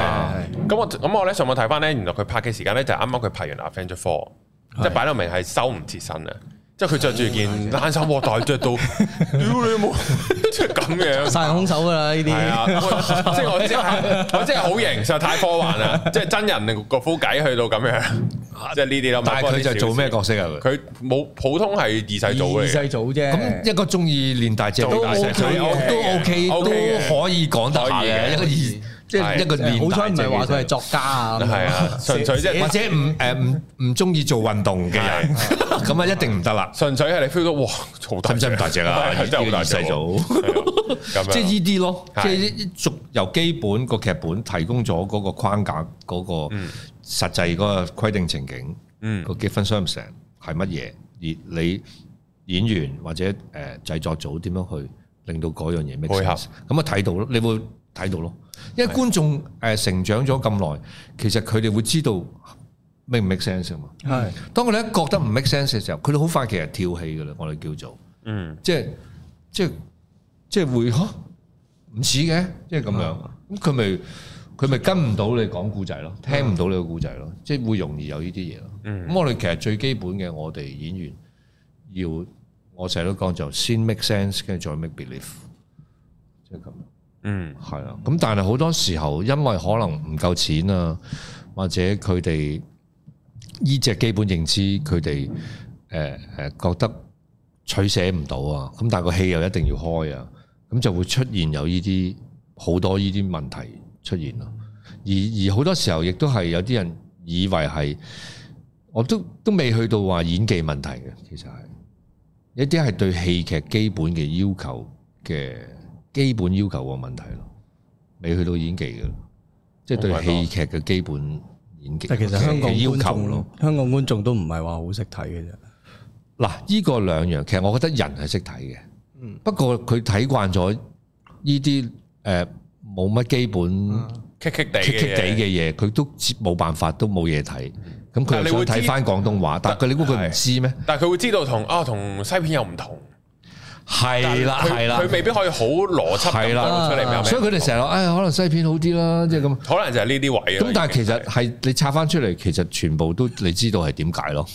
Speaker 4: 係
Speaker 1: 咁我咁我咧上網睇翻咧，原來佢拍嘅時間咧就係啱啱佢拍完《Avenger Four》，即係擺到明係收唔切身啊！即係佢着住件冷衫喎，但係 着到屌你冇，即係咁樣。
Speaker 4: 殺人兇手㗎啦呢
Speaker 1: 係
Speaker 4: 啲，
Speaker 1: 啊，我即係我真 係我真係好型，實在太科幻啦！即係真人個夫計去到咁樣，即係呢啲啦。
Speaker 3: 但係佢就係做咩角色啊？
Speaker 1: 佢冇普通係二世祖
Speaker 4: 二
Speaker 1: 嚟嘅，
Speaker 4: 世祖啫。
Speaker 3: 咁一個中意練大隻
Speaker 1: 做大隻
Speaker 3: 都 OK
Speaker 1: 嘅
Speaker 3: 都 OK 都
Speaker 1: OK 嘅
Speaker 3: 可以講得下
Speaker 1: 可以
Speaker 3: 嘅
Speaker 1: 嘅
Speaker 3: 一個二，即係一個
Speaker 4: 誒
Speaker 3: 練
Speaker 4: 好彩
Speaker 3: 大
Speaker 4: 唔
Speaker 3: 隻嘅
Speaker 4: 係話佢係
Speaker 3: 人
Speaker 4: 作家啊，
Speaker 1: 係啊，純粹即係
Speaker 3: 或者唔誒唔唔中意做運動嘅人， 咁啊一定唔得啦。
Speaker 1: 純粹係你 feel 到哇，好大
Speaker 3: 使
Speaker 1: 隻
Speaker 3: 唔使咁大隻啊？
Speaker 1: 係 真係好大
Speaker 3: 二
Speaker 1: 隻
Speaker 3: 世
Speaker 1: 喎係
Speaker 3: 祖，
Speaker 1: 啊咁樣
Speaker 3: 即係呢啲咯，
Speaker 1: 係
Speaker 3: 即係一逐由基本個劇本提供咗嗰個框架，嗰個實際嗰個規定情景。
Speaker 1: 嗯
Speaker 3: 個結婚 s e r 係乜嘢，而你演員或者誒、呃、製作組點樣去令到嗰樣嘢 make
Speaker 1: 配合
Speaker 3: sense？咁啊睇到咯，你會睇到咯，因為觀眾誒、呃成長咗咁耐，其實佢哋會知道 make 唔 make sense 啊嘛。
Speaker 4: 係
Speaker 3: 當佢哋一覺得唔 make sense 嘅時候，佢哋好快其實跳戲噶啦，我哋叫做
Speaker 1: 嗯
Speaker 3: 即係即係即係會嚇唔似嘅，即係咁樣。咁佢咪佢咪跟唔到你講故仔咯，聽唔到你個故仔咯，即係會容易有呢啲嘢咯。
Speaker 1: 嗯
Speaker 3: 咁我哋其實最基本嘅，我哋演員要我成日都講就先 make sense，跟住再 make believe，即係咁。
Speaker 1: 嗯
Speaker 3: 係啊，咁但係好多時候，因為可能唔夠錢啊，或者佢哋依只基本認知，佢哋誒誒覺得取捨唔到啊，咁但係個戲又一定要開啊，咁就會出現有呢啲好多呢啲問題出現咯。而而好多時候，亦都係有啲人以為係，我都都未去到話演技問題嘅，其實係一啲係對戲劇基本嘅要求嘅基本要求個問題咯，未去到演技嘅，即係對
Speaker 1: Oh my
Speaker 3: 戲劇嘅基本演技
Speaker 4: 但其實香港
Speaker 3: 嘅要
Speaker 4: 觀
Speaker 3: 求咯
Speaker 4: 眾。，香港觀眾都唔係話好識睇嘅啫。
Speaker 3: 嗱，呢個兩樣，其實
Speaker 1: 嗯
Speaker 3: 我覺得人係識睇嘅，不過佢睇慣咗呢啲誒呃冇乜基本
Speaker 1: 棘棘地
Speaker 3: 棘棘
Speaker 1: 嘅
Speaker 3: 地
Speaker 1: 嘢，
Speaker 3: 嘅嘢，佢都接冇辦法，都冇嘢睇。咁佢
Speaker 1: 但
Speaker 3: 又
Speaker 1: 你
Speaker 3: 想
Speaker 1: 會
Speaker 3: 睇
Speaker 1: 知
Speaker 3: 翻廣東話，但佢你估佢唔知咩？
Speaker 1: 但係佢會知道同啊同西片又唔同，但
Speaker 3: 係
Speaker 1: 係
Speaker 3: 啦，
Speaker 1: 佢
Speaker 3: 係啦
Speaker 1: 佢，未必可以好邏輯咁
Speaker 3: 係
Speaker 1: 講到出嚟有
Speaker 3: 啦。
Speaker 1: 咩
Speaker 3: 所以佢哋成日話，唉，可能西片好啲啦，即係咁。
Speaker 1: 可能就係呢啲位啊。
Speaker 3: 咁但係其實係你拆翻出嚟，其實全部都你知道係點解咯。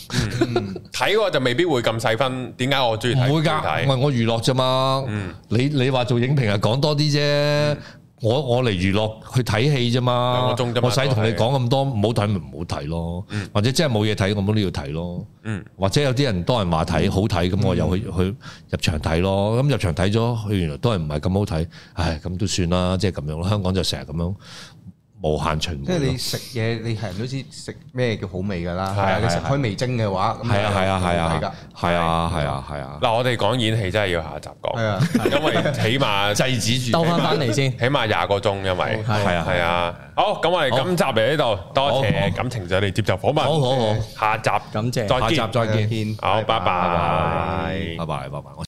Speaker 1: 睇嗰個就未必會咁細分，點解我中意睇？
Speaker 3: 唔
Speaker 1: 中
Speaker 3: 會
Speaker 1: 意
Speaker 3: 㗎，
Speaker 1: 睇嗯
Speaker 3: 唔係我娛樂啫嘛。你你話做影評係講多啲啫。我我嚟娛樂去睇戲啫嘛
Speaker 1: 兩個鐘啫，嘛
Speaker 3: 我使同你
Speaker 1: 都係
Speaker 3: 講咁多，唔好睇咪唔好睇咯，或者真係冇嘢睇，我都要睇咯，
Speaker 1: 嗯
Speaker 3: 或者有啲人多人話睇好睇，咁我又去去入場睇咯，咁入場睇咗，佢原來都係唔係咁好睇，唉，咁都算啦，即係咁樣咯。香港就成日咁樣無限循
Speaker 2: 即係
Speaker 3: 環咯
Speaker 2: 你。食嘢，你係人都知食咩叫好味㗎啦。
Speaker 1: 係啊
Speaker 2: 係啊，你食
Speaker 1: 係啊
Speaker 2: 開味精嘅話，咁
Speaker 3: 係啊係啊係
Speaker 2: 好睇㗎
Speaker 3: 啊係啊係啊係啊，
Speaker 1: 嗱，我哋講演戲真係要下集
Speaker 2: 係
Speaker 1: 講，
Speaker 2: 啊，
Speaker 1: 因為起 碼
Speaker 3: 制止
Speaker 4: 兜
Speaker 3: 住
Speaker 4: 翻翻嚟先。
Speaker 1: 起碼廿個鐘，因為
Speaker 4: 係
Speaker 3: 係啊
Speaker 1: 係啊。好，咁我哋今集嚟呢度，多
Speaker 3: 好
Speaker 1: 謝
Speaker 3: 好
Speaker 1: 感情上嚟接受訪
Speaker 3: 好
Speaker 1: 問，
Speaker 3: 好好，
Speaker 1: 下集
Speaker 4: 感謝
Speaker 1: 再
Speaker 3: 下集
Speaker 1: 見，
Speaker 3: 再見，
Speaker 2: 見
Speaker 1: 好，拜拜。
Speaker 3: 拜拜拜拜。我